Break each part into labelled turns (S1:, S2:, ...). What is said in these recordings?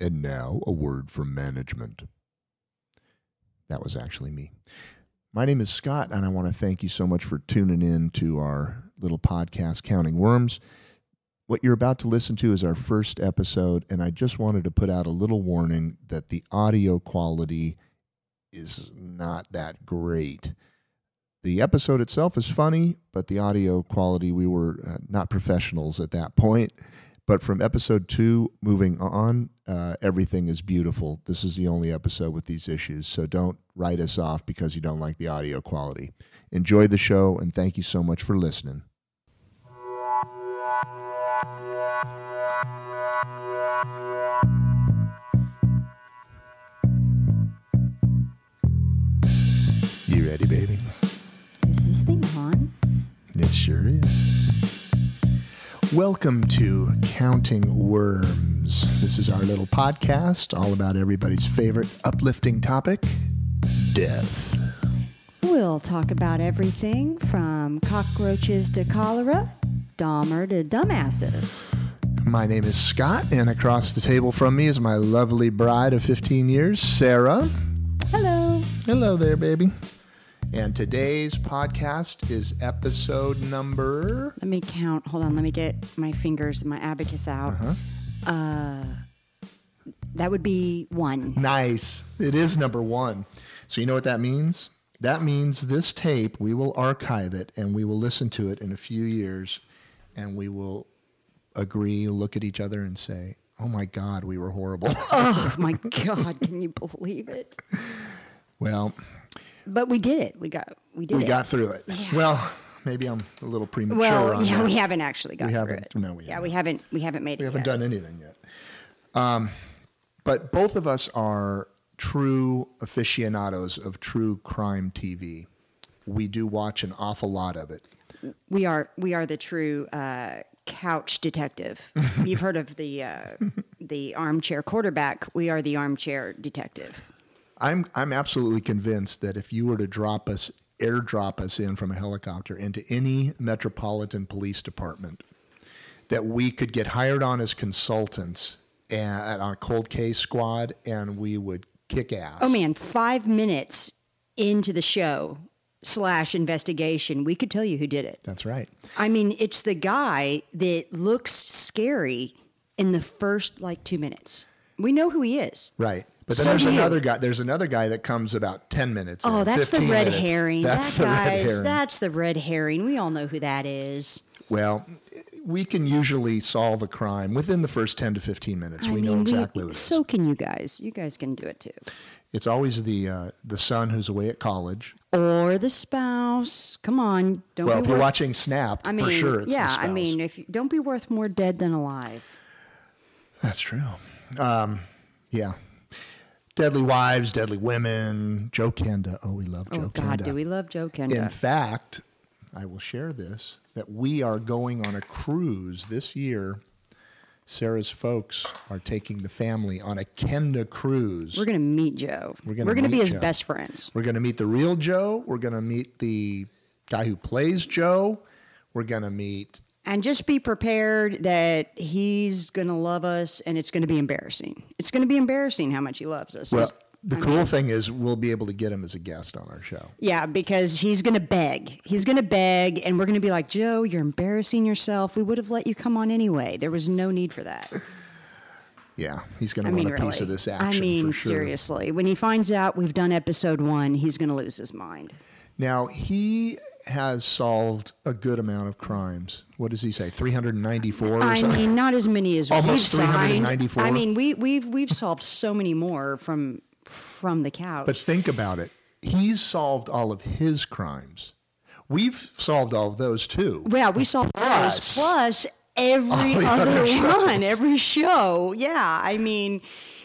S1: And now, a word from management. That was actually me. My name is Scott, and I want to thank you so much for tuning in to our little podcast, Counting Worms. What you're about to listen to is our first episode, and I just wanted to put out a little warning that the audio quality is not that great. The episode itself is funny, but the audio quality, we were uh, not professionals at that point. But from episode two moving on, uh, everything is beautiful. This is the only episode with these issues. So don't write us off because you don't like the audio quality. Enjoy the show, and thank you so much for listening. You ready, baby?
S2: Is this thing on?
S1: It sure is. Welcome to Counting Worms. This is our little podcast all about everybody's favorite uplifting topic death.
S2: We'll talk about everything from cockroaches to cholera, Dahmer to dumbasses.
S1: My name is Scott, and across the table from me is my lovely bride of 15 years, Sarah.
S2: Hello.
S1: Hello there, baby. And today's podcast is episode number.
S2: Let me count. Hold on. Let me get my fingers and my abacus out.
S1: Uh-huh.
S2: uh that would be one.
S1: Nice. It is number one. So you know what that means? That means this tape, we will archive it and we will listen to it in a few years and we will agree, look at each other and say, oh my God, we were horrible.
S2: Oh my God! Can you believe it?
S1: well,
S2: But we did it. We got. We did
S1: we
S2: it.
S1: got through it. Well, maybe I'm a little premature
S2: well,
S1: on
S2: yeah,
S1: that.
S2: we haven't actually got
S1: We
S2: through
S1: haven't-
S2: it.
S1: no, we
S2: yeah,
S1: haven't.
S2: we haven't. We haven't made
S1: We
S2: it.
S1: haven't
S2: yet.
S1: done anything yet. Um, but both of us are true aficionados of true crime TV. We do watch an awful lot of it.
S2: We are we are the true uh, couch detective. You've heard of the uh, the armchair quarterback. We are the armchair detective.
S1: I'm I'm absolutely convinced that if you were to drop us airdrop us in from a helicopter into any metropolitan police department that we could get hired on as consultants and, on a cold case squad and we would kick ass.
S2: Oh man, five minutes into the show slash investigation, we could tell you who did it.
S1: That's right.
S2: I mean, it's the guy that looks scary in the first like two minutes. We know who he is.
S1: Right. But then
S2: So
S1: there's
S2: do you.
S1: another guy. There's another guy that comes about ten minutes.
S2: Oh,
S1: in,
S2: that's the
S1: 15
S2: red
S1: minutes.
S2: herring.
S1: That's
S2: that
S1: the
S2: guy's,
S1: red herring.
S2: That's the red herring. We all know who that is.
S1: Well, we can usually solve a crime within the first ten to fifteen minutes.
S2: I
S1: we know
S2: mean,
S1: exactly what it is.
S2: so can you guys. You guys can do it too.
S1: It's always the uh, the son who's away at college.
S2: Or the spouse. Come on, don't
S1: Well,
S2: be
S1: if
S2: worth,
S1: you're watching Snapped,
S2: I mean,
S1: for sure it's the
S2: yeah, I
S1: spouse.
S2: mean, if you, don't be worth more dead than alive.
S1: that's true. Um, yeah, Deadly Wives, Deadly Women, Joe Kenda. Oh, we love Joe
S2: Oh God,
S1: Kenda.
S2: do we love Joe Kenda?
S1: In fact, I will share this that we are going on a cruise this year. Sarah's folks are taking the family on a Kenda cruise.
S2: We're gonna meet Joe. We're
S1: gonna
S2: be
S1: meet
S2: his
S1: Joe.
S2: best friends.
S1: We're going to meet the real Joe. We're going to meet the guy who plays Joe. We're going to meet
S2: And just be prepared that he's gonna love us, and it's gonna be embarrassing. It's gonna be embarrassing how much he loves us.
S1: Well,
S2: It's-
S1: the cool thing is we'll be able to get him as a guest on our show.
S2: Yeah, because he's going to beg. He's going to beg, and we're going to be like, Joe, you're embarrassing yourself. We would have let you come on anyway. There was no need for that.
S1: Yeah, he's going
S2: I
S1: to want a
S2: mean, really.
S1: piece of this action
S2: I mean,
S1: for sure.
S2: seriously. When he finds out we've done episode one, he's going to lose his mind.
S1: Now he has solved a good amount of crimes. What does he say? Three hundred and ninety-four or
S2: I
S1: something.
S2: mean, not as many as
S1: Almost
S2: we've signed.
S1: 394.
S2: I mean, we, we've we've solved so many more from from the couch.
S1: But think about it. He's solved all of his crimes. We've solved all of those too.
S2: Well, we saw
S1: Plus.
S2: plus, plus every
S1: All the
S2: other,
S1: other shows.
S2: one, every show. Yeah, I mean,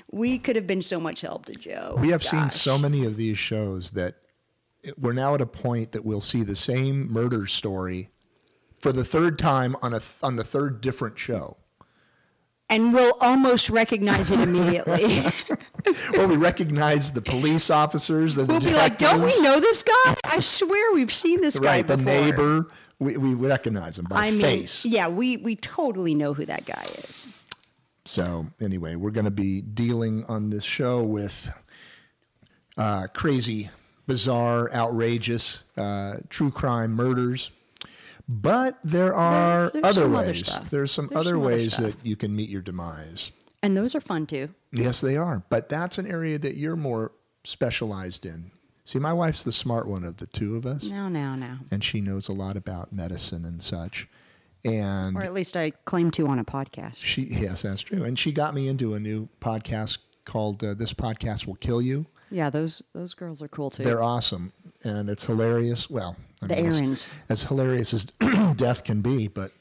S2: we could have been so much help to Joe.
S1: We have seen
S2: Gosh.
S1: so many of these shows that it- we're now at a point that we'll see the same murder story for the third time on a th- on the third different show.
S2: and we'll almost recognize it immediately.
S1: Well, we recognize the police officers, the
S2: we'll be like, "Don't we
S1: detectives,
S2: know this guy? I swear we've seen this guy
S1: Right, the
S2: before."
S1: neighbor. We, we recognize him by
S2: I mean,
S1: face.
S2: yeah, we we totally know who that guy is.
S1: So, anyway, we're going to be dealing on this show with uh, crazy, bizarre, outrageous uh, true crime murders. But there are
S2: there's
S1: other
S2: some other
S1: ways.
S2: stuff.
S1: there's some
S2: There's
S1: other
S2: some other
S1: ways
S2: stuff.
S1: that you can meet your demise.
S2: And those are fun too.
S1: Yes, they are. But that's an area that you're more specialized in. See, my wife's the smart one of the two of us,
S2: No, no, no.
S1: and she knows a lot about medicine and such. And
S2: Or at least I claim to on a podcast.
S1: she, yes, that's true. And she got me into a new podcast called uh, "This Podcast Will Kill You."
S2: Yeah, those those girls are cool too.
S1: They're awesome, and it's hilarious. Well, I
S2: The
S1: it's-
S2: errands.
S1: as hilarious as death can be, but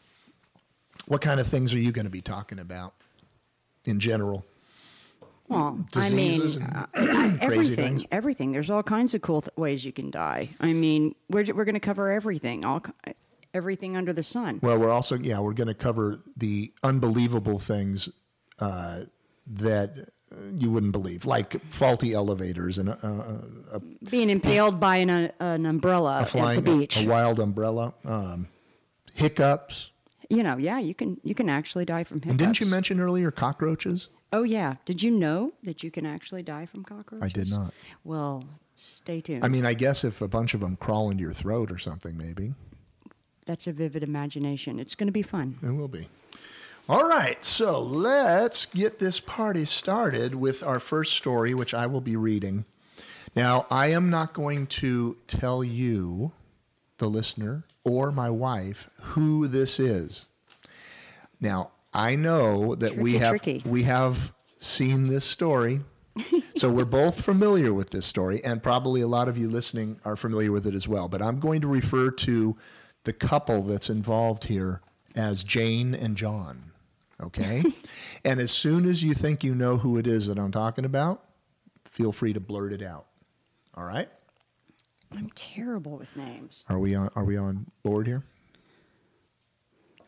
S1: what kind of things are you going to be talking about in general?
S2: well, I mean,
S1: Diseases and crazy
S2: everything,
S1: things.
S2: everything. There's all kinds of cool th- ways you can die. I mean, we're ju- we're going to cover everything, all ki- everything under the sun.
S1: Well, we're also yeah, we're going to cover the unbelievable things uh, that uh, you wouldn't believe, like faulty elevators and a,
S2: Being impaled by an, uh, an umbrella
S1: a
S2: at
S1: flying
S2: the
S1: a-
S2: beach.
S1: a wild umbrella, um, hiccups.
S2: you know, yeah, you can you can actually die from hiccups.
S1: And didn't you mention earlier cockroaches?
S2: Oh yeah, did you know that you can actually die from cockroaches?
S1: I did not.
S2: Well, stay tuned.
S1: I mean, I guess if a bunch of them crawl into your throat or something, maybe
S2: That's a vivid imagination. It's going to be fun.
S1: it will be. All right, so let's get this party started with our first story, which I will be reading. Now, I am not going to tell you, the listener, or my wife, who this is. Now, I know that we
S2: Tricky,
S1: have
S2: tricky.
S1: we have seen this story. so we're both familiar with this story, and probably a lot of you listening are familiar with it as well. But I'm going to refer to the couple that's involved here as Jane and John. Okay? and as soon as you think you know who it is that I'm talking about, feel free to blurt it out. All right?
S2: I'm terrible with names.
S1: Are we on are we on board here?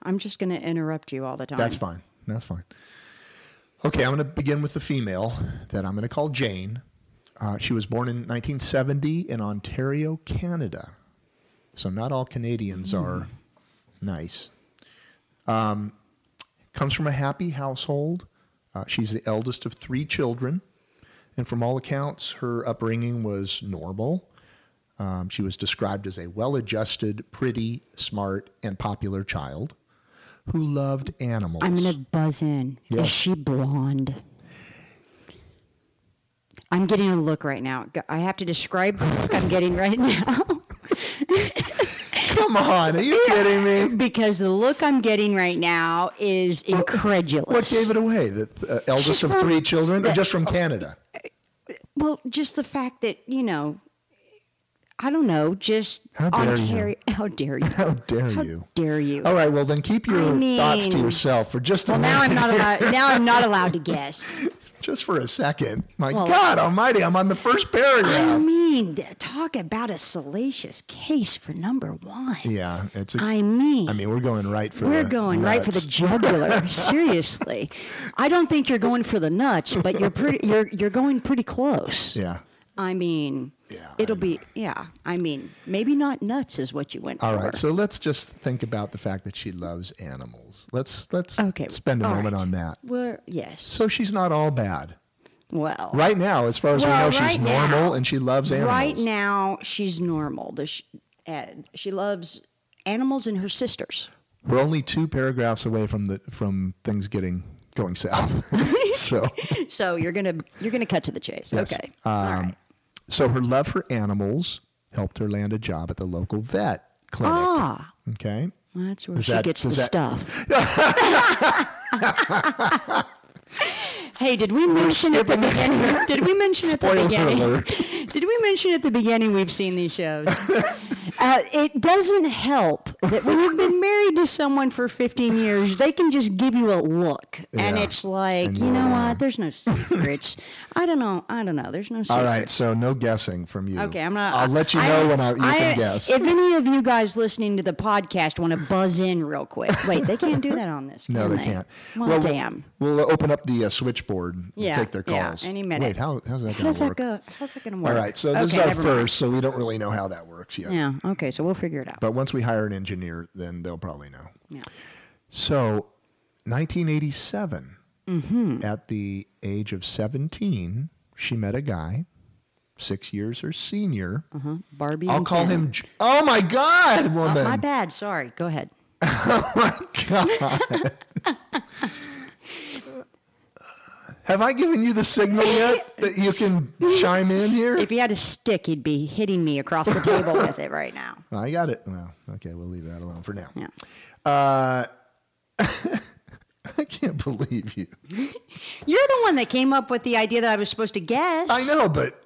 S2: I'm just going to interrupt you all the time.
S1: That's fine. That's fine. Okay, I'm going to begin with the female that I'm going to call Jane. Uh, she was born in 1970 in Ontario, Canada. So not all Canadians
S2: Hmm.
S1: are nice. Um, comes from a happy household. Uh, she's the eldest of three children. And from all accounts, her upbringing was normal. Um, she was described as a well adjusted, pretty, smart, and popular child who loved animals.
S2: I'm going to buzz in.
S1: Yes.
S2: Is she blonde? I'm getting a look right now. G- I have to describe the look I'm getting right now
S1: Come on, are you kidding me?
S2: because the look I'm getting right now is incredulous.
S1: What gave it away? The uh, eldest
S2: She's
S1: of
S2: from-
S1: three children, or just from Canada?
S2: Well, just the fact that, you know, I don't know, just
S1: How dare you.
S2: Ontario. How dare you?
S1: How dare you? Oh.
S2: dare you?
S1: All right, well then keep your
S2: I mean-
S1: thoughts to yourself for just a
S2: Well, now I'm
S1: minute,
S2: not allowed. Now I'm not allowed to guess.
S1: just for a second. My
S2: Well-
S1: God Almighty, I'm on the first paragraph.
S2: I mean, th- talk about a salacious case for number one.
S1: yeah, it's. A, I,
S2: I mean,
S1: mean, we're going right for.
S2: we're
S1: the
S2: going right for the
S1: nuts.
S2: jugular. Seriously, I don't think you're going for the nuts, but you're pretty. You're you're going pretty close.
S1: Yeah.
S2: I mean,
S1: Yeah, I
S2: it'll be yeah. I mean, maybe not nuts is what you went
S1: All
S2: for.
S1: right, so let's just think about the fact that she loves animals. Let's let's
S2: Okay,
S1: spend a
S2: all
S1: moment
S2: right.
S1: on that.
S2: We're yes.
S1: So she's not all bad.
S2: Well,
S1: Right now, as far as
S2: Well,
S1: we know,
S2: right
S1: she's
S2: now-
S1: normal and she loves animals.
S2: Right now, she's normal. Does She, uh, she loves animals and her sisters.
S1: We're only two paragraphs away from the from things getting going south. so,
S2: So you're gonna you're gonna cut to the chase. Okay. All right.
S1: um, so her love for animals helped her land a job at the local vet clinic.
S2: Ah,
S1: Okay.
S2: that's where
S1: Does
S2: she
S1: that-
S2: gets the
S1: does that-
S2: stuff. hey, did we mention at the beginning? Did we mention at the
S1: Spoiler
S2: beginning?
S1: alert.
S2: Did we mention at the beginning we've seen these shows? Uh, it doesn't help that when you've been married to someone for 15 years, they can just give you a look, and
S1: Yeah.
S2: it's like,
S1: And
S2: you
S1: you're
S2: know
S1: wrong.
S2: what? There's no secrets. I don't know. I don't know. There's no secrets.
S1: All right. So no guessing from you.
S2: Okay, I'm not.
S1: I'll let you know when I you can guess.
S2: If any of you guys listening to the podcast want to buzz in real quick, wait, they can't do that on this.
S1: no,
S2: can
S1: they can't.
S2: Well,
S1: Well,
S2: damn.
S1: We'll open up the uh, switchboard. and
S2: Yeah,
S1: Take their
S2: yeah,
S1: calls.
S2: any minute.
S1: Wait, how, how's that
S2: How
S1: going
S2: does
S1: to
S2: that
S1: work?
S2: go? How's that going to
S1: All
S2: work?
S1: right. So this
S2: Okay,
S1: is our
S2: never
S1: first,
S2: mind.
S1: so we don't really know how that works yet.
S2: Yeah. Okay. So we'll figure it out.
S1: But once we hire an engineer, then they'll probably know.
S2: Yeah.
S1: So, 1987,
S2: Mm-hmm.
S1: At the age of 17, she met a guy, six years her senior.
S2: Uh-huh. Barbie.
S1: I'll
S2: and
S1: call
S2: Ken.
S1: him. J- Oh my God,
S2: Oh,
S1: woman!
S2: my bad. Sorry. Go ahead.
S1: Have I given you the signal yet that you can chime in here?
S2: If he had a stick, he'd be hitting me across the table with it right now.
S1: I got it. Well, okay, we'll leave that alone for now.
S2: Yeah.
S1: I can't believe you.
S2: You're the one that came up with the idea that I was supposed to guess.
S1: I know, but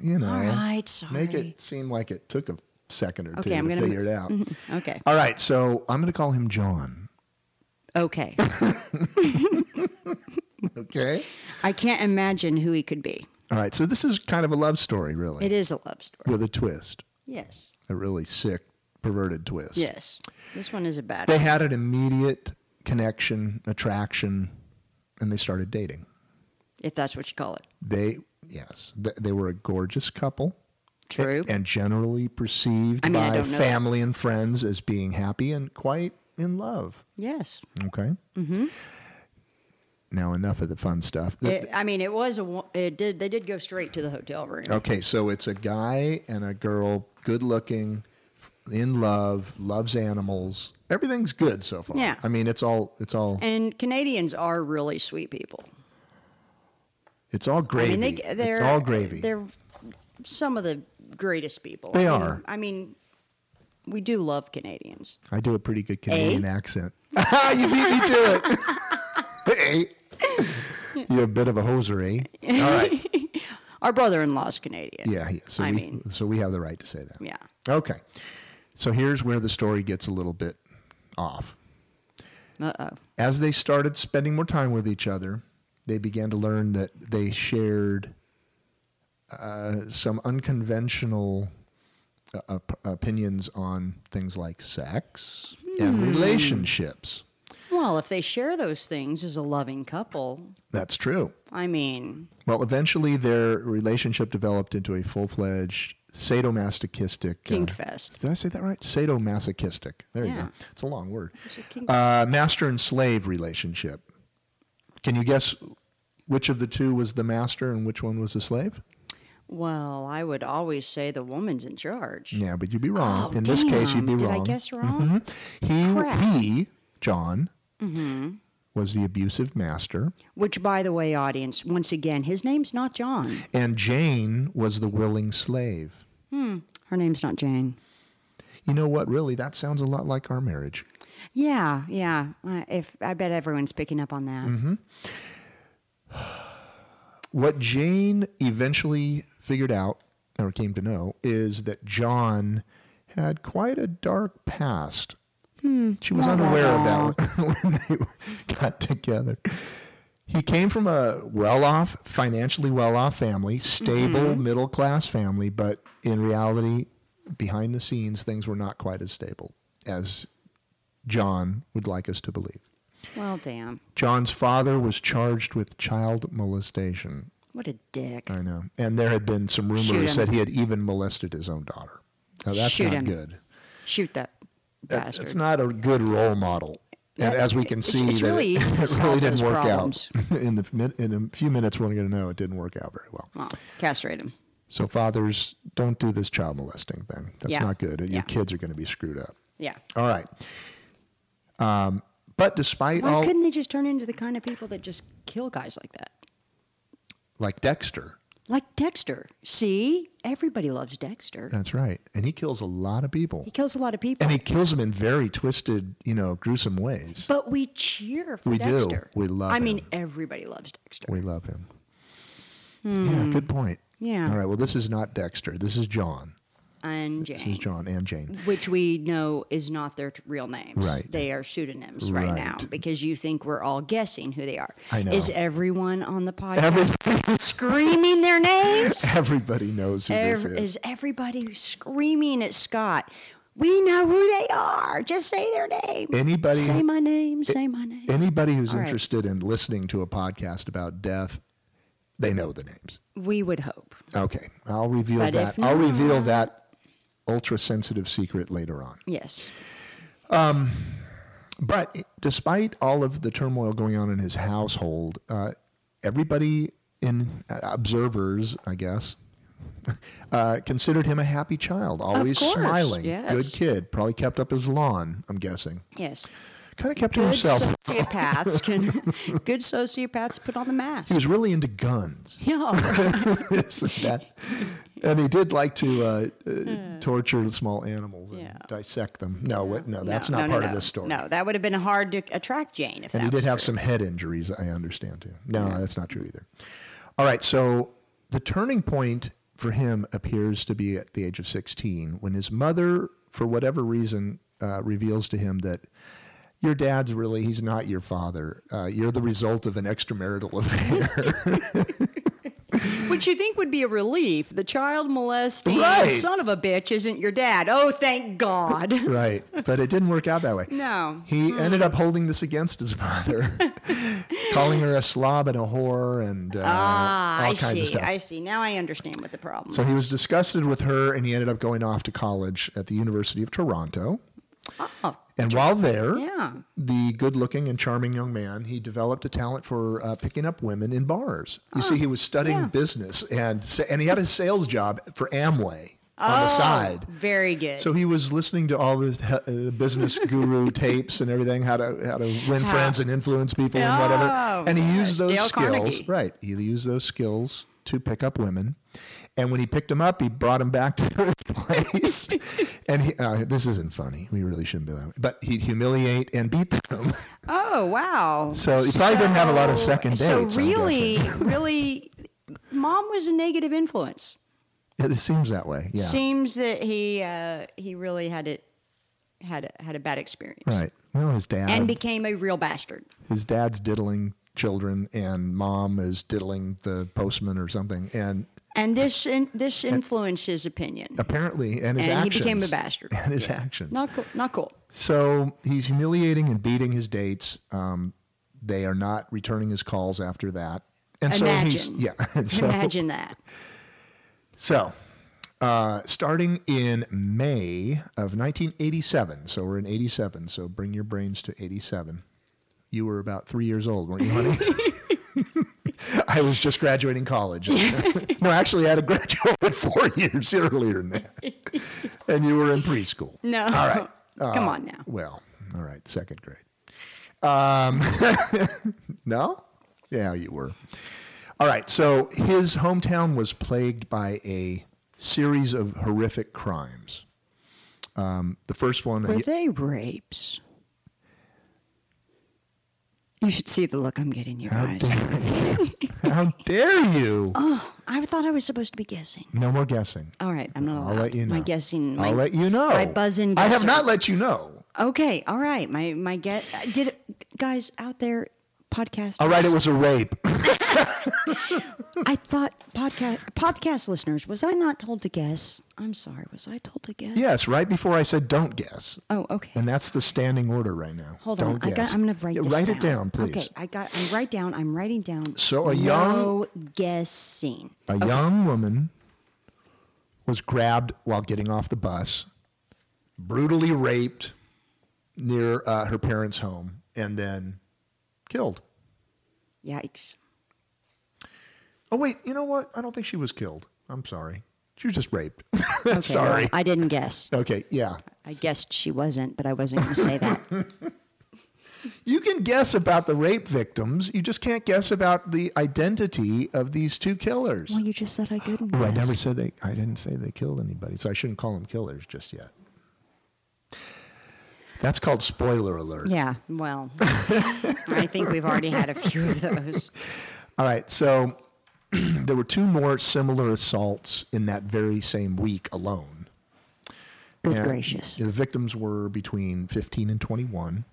S1: you know,
S2: All right. Sorry.
S1: make it seem like it took a second or
S2: Okay,
S1: two
S2: I'm
S1: to
S2: gonna- mm-hmm.
S1: figure it out.
S2: Okay.
S1: All right, so I'm going to call him John.
S2: Okay.
S1: Okay.
S2: I can't imagine who he could be.
S1: All right, so this is kind of a love story, really,
S2: It is a love story.
S1: with a twist,
S2: Yes.
S1: a really sick, perverted twist.
S2: Yes. This one is a bad
S1: They
S2: one.
S1: had an immediate connection, attraction, and they started dating.
S2: if that's what you call it.
S1: They, yes, th- they were a gorgeous couple.
S2: True.
S1: And generally perceived
S2: I mean, I
S1: by
S2: don't know that.
S1: family and friends as being happy and quite in love.
S2: yes.
S1: Okay. Mm-hmm. Now, enough of the fun stuff. The-
S2: It, I mean, it was a. wo- It did. They did go straight to the hotel room.
S1: Okay, so it's a guy and a girl, good looking, in love, loves animals. Everything's good so far.
S2: Yeah.
S1: I mean, it's all it's all
S2: And Canadians are really sweet people.
S1: it's all gravy.
S2: I mean, they they're
S1: it's all gravy.
S2: They're some of the greatest people.
S1: They
S2: I mean-
S1: are.
S2: I mean, we do love Canadians.
S1: I do a pretty good Canadian accent. you beat me to it. hey. You're a bit of a hoser, eh? All right.
S2: Our brother-in-law's Canadian.
S1: Yeah, yeah. So
S2: I
S1: we,
S2: mean-
S1: so we have the right to say that.
S2: Yeah.
S1: Okay. So here's where the story gets a little bit off.
S2: Uh oh.
S1: as they started spending more time with each other, they began to learn that they shared uh, some unconventional uh, op- opinions on things like sex and
S2: Hmm.
S1: relationships.
S2: Well, if they share those things as a loving couple,
S1: That's true.
S2: I mean,
S1: Well, eventually their relationship developed into a full fledged sadomasochistic.
S2: kink
S1: uh,
S2: fest.
S1: did I say that right? Sadomasochistic. There you
S2: Yeah.
S1: go. It's a long word.
S2: It's a kink-
S1: Uh, master and slave relationship. Can you guess which of the two was the master and which one was the slave?
S2: Well, I would always say the woman's in charge.
S1: Yeah, but you'd be wrong.
S2: Oh,
S1: In this case, you'd be wrong. Mm-hmm.
S2: damn. Did I guess wrong?
S1: He,
S2: Crap. Mm-hmm.
S1: he, John, was the abusive master,
S2: Which, by the way, audience, once again, his name's not John.
S1: and Jane was the willing slave.
S2: Hmm. Her name's not Jane.
S1: You know what? Really, that sounds a lot like our marriage.
S2: Yeah, yeah. I- If I bet everyone's picking up on that.
S1: Mm-hmm. what Jane eventually figured out or came to know is that John had quite a dark past. She was unaware of that when, when they got together. He came from a well off, financially well off family, stable, middle class family, but in reality, behind the scenes, things were not quite as stable as John would like us to believe.
S2: Well, damn.
S1: John's father was charged with child molestation.
S2: What a dick.
S1: I know. And there had been some
S2: Shoot
S1: rumors
S2: 'em.
S1: that he had even molested his own daughter. Now that's
S2: Shoot
S1: not
S2: 'em.
S1: good.
S2: Shoot that bastard.
S1: It's not a good role model. And
S2: Yeah,
S1: as we can
S2: it's-
S1: see,
S2: it's
S1: that
S2: really
S1: it,
S2: easy to
S1: it really
S2: solve
S1: didn't
S2: those
S1: work
S2: problems.
S1: out. In the min- in a few minutes, we're going to know it didn't work out very well.
S2: Well, castrate him.
S1: So fathers, don't do this child molesting thing. That's
S2: Yeah.
S1: not good. Your
S2: Yeah.
S1: kids are going to be screwed up.
S2: Yeah.
S1: All right. Um, but despite
S2: Why
S1: all,
S2: couldn't they just turn into the kind of people that just kill guys like that?
S1: like Dexter,
S2: Like Dexter. See? Everybody loves Dexter.
S1: that's right, and he kills a lot of people,
S2: He kills a lot of people.
S1: and he kills them in very twisted, you know, gruesome ways.
S2: but we cheer for
S1: We do.
S2: Dexter.
S1: We love
S2: I mean,
S1: him.
S2: everybody loves Dexter.
S1: We love him. Yeah, good point.
S2: Hmm. Yeah.
S1: All right. Well, this is not Dexter. This is John.
S2: and
S1: This is
S2: Jane.
S1: John and Jane.
S2: Which we know is not their t- real names.
S1: Right.
S2: They are pseudonyms right,
S1: Right.
S2: now because you think we're all guessing who they are.
S1: I know.
S2: Is everyone on the podcast
S1: Everybody,
S2: screaming their names?
S1: everybody knows who this
S2: Ev-
S1: is.
S2: is everybody screaming at Scott? We know who they are. Just say their name.
S1: Anybody-
S2: Say my name. Say my name.
S1: Anybody who's
S2: right.
S1: interested in listening to a podcast about death, they know the names.
S2: we would hope.
S1: Okay. I'll reveal
S2: But
S1: that.
S2: if
S1: I'll reveal that ultra sensitive secret later on.
S2: Yes.
S1: But despite all of the turmoil going on in his household, uh, everybody in uh, observers, I guess, uh, considered him a happy child, always
S2: course,
S1: smiling,
S2: yes.
S1: good kid. Probably kept up his lawn. I'm guessing.
S2: Yes.
S1: Kind of kept to
S2: Good
S1: himself.
S2: sociopaths can. good sociopaths put on the mask.
S1: he was really into guns.
S2: Yeah.
S1: this and that. And he did like to uh, uh, torture small animals and
S2: Yeah.
S1: dissect them. No, what, no, that's
S2: No,
S1: not
S2: no,
S1: part
S2: no.
S1: of this story.
S2: No, that would have been hard to attract Jane if
S1: And
S2: that
S1: he did
S2: was
S1: have
S2: true.
S1: some head injuries, I understand too. No, that's not true either. All right, so the turning point for him appears to be at the age of 16 when his mother, for whatever reason, uh, reveals to him that your dad's really, he's not your father. Uh, you're the result of an extramarital affair.
S2: Which you think would be a relief. The child molesting
S1: Right.
S2: son of a bitch isn't your dad. Oh, thank God.
S1: right. But it didn't work out that way.
S2: No.
S1: He ended up holding this against his mother, calling her a slob and a whore and uh,
S2: Ah,
S1: all
S2: I
S1: kinds
S2: see.
S1: of stuff.
S2: I see. Now I understand what the problem
S1: So he was disgusted with her, and he ended up going off to college at the University of Toronto.
S2: Oh,
S1: And while there,
S2: yeah.
S1: the good-looking and charming young man, he developed a talent for uh, picking up women in bars. You see, he was studying
S2: Ah, yeah.
S1: business, and sa- and he had a sales job for Amway on the side.
S2: Oh, Very good.
S1: So he was listening to all the uh, business guru tapes and everything, how to how to win
S2: How-
S1: friends and influence people and
S2: Oh,
S1: whatever. And he used
S2: yes,
S1: those
S2: Dale
S1: skills,
S2: Carnegie.
S1: right? He used those skills to pick up women. And when he picked them up, he brought them back to his place. and he, uh, this isn't funny. We really shouldn't be that way. But he'd humiliate and beat them.
S2: oh, wow.
S1: So he probably didn't have a lot of second
S2: So
S1: dates, I'm
S2: really, really, mom was a negative influence.
S1: it seems that way. Yeah.
S2: Seems that he uh, he really had it had a, had a bad experience
S1: right. Well, his dad.
S2: and became a real bastard.
S1: his dad's diddling children and mom is diddling the postman or something and
S2: And this in, this influenced his opinion.
S1: apparently and his
S2: And he
S1: actions
S2: became a bastard.
S1: and his actions
S2: Not cool. Not cool.
S1: so he's humiliating and beating his dates um, they are not returning his calls after that and so
S2: Imagine.
S1: he's yeah and so,
S2: Imagine that.
S1: so uh, starting in may of 1987 so we're in 87 so bring your brains to 87 you were about three years old weren't you honey I was just graduating college. no, actually, I had graduated four years earlier than that. And you were in preschool.
S2: No.
S1: All right. Uh,
S2: Come on now.
S1: Well, all right, second grade. Um, no? Yeah, you were. All right, so his hometown was plagued by a series of horrific crimes. Um, the first one,
S2: Were they rapes? You should see the look I'm getting in your eyes.
S1: how dare you?
S2: Oh. I thought I was supposed to be guessing.
S1: No more guessing.
S2: All right, I'm not allowed.
S1: I'll let you know.
S2: My guessing. My,
S1: I'll let you know.
S2: My buzz-in
S1: I have
S2: guesser.
S1: not let you know.
S2: Okay, all right. My my get. I Did it, guys out there podcast?
S1: All right, it was a rape.
S2: I thought podcast podcast listeners. Was I not told to guess? I'm sorry. Was I told to guess?
S1: yes, right before I said don't guess.
S2: Oh, okay.
S1: And that's the standing order right now.
S2: Hold
S1: don't
S2: on.
S1: Guess.
S2: I got, I'm going to write
S1: Yeah,
S2: this
S1: Write
S2: down.
S1: it down, please.
S2: Okay, I got. I'm write down. I'm writing down.
S1: So a
S2: no guessing.
S1: A young woman was grabbed while getting off the bus, brutally raped near uh, her parents' home, and then killed.
S2: Yikes.
S1: Oh, wait, you know what? I don't think she was killed. I'm sorry. She was just raped.
S2: Okay,
S1: Sorry.
S2: well, I didn't guess.
S1: okay, yeah.
S2: I guessed she wasn't, but I wasn't going to say that.
S1: You can guess about the rape victims. You just can't guess about the identity of these two killers.
S2: well, you just said I couldn't.
S1: Oh, I
S2: guess.
S1: never said they. I didn't say they killed anybody, so I shouldn't call them killers just yet. That's called spoiler alert.
S2: Yeah, well, I think we've already had a few of those.
S1: All right, so there were two more similar assaults in that very same week alone.
S2: Good
S1: And
S2: gracious.
S1: The victims were between 15 and 21,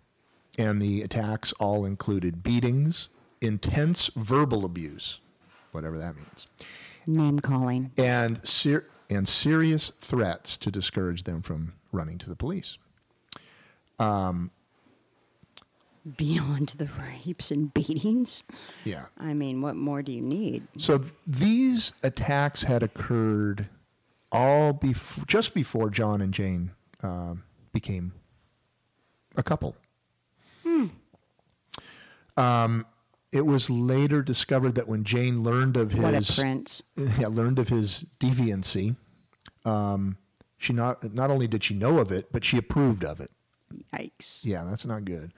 S1: and the attacks all included beatings, intense verbal abuse, whatever that means,
S2: Name calling.
S1: and ser- and serious threats to discourage them from running to the police.
S2: Beyond the rapes and beatings.
S1: Yeah.
S2: I mean, what more do you need?
S1: So th- these attacks had occurred all before, just before John and Jane um became a couple.
S2: Hmm.
S1: Um, it was later discovered that when Jane learned of
S2: What
S1: his
S2: a prince.
S1: yeah, learned of his deviancy, um, she not not only did she know of it, but she approved of it.
S2: Yikes.
S1: Yeah, that's not good.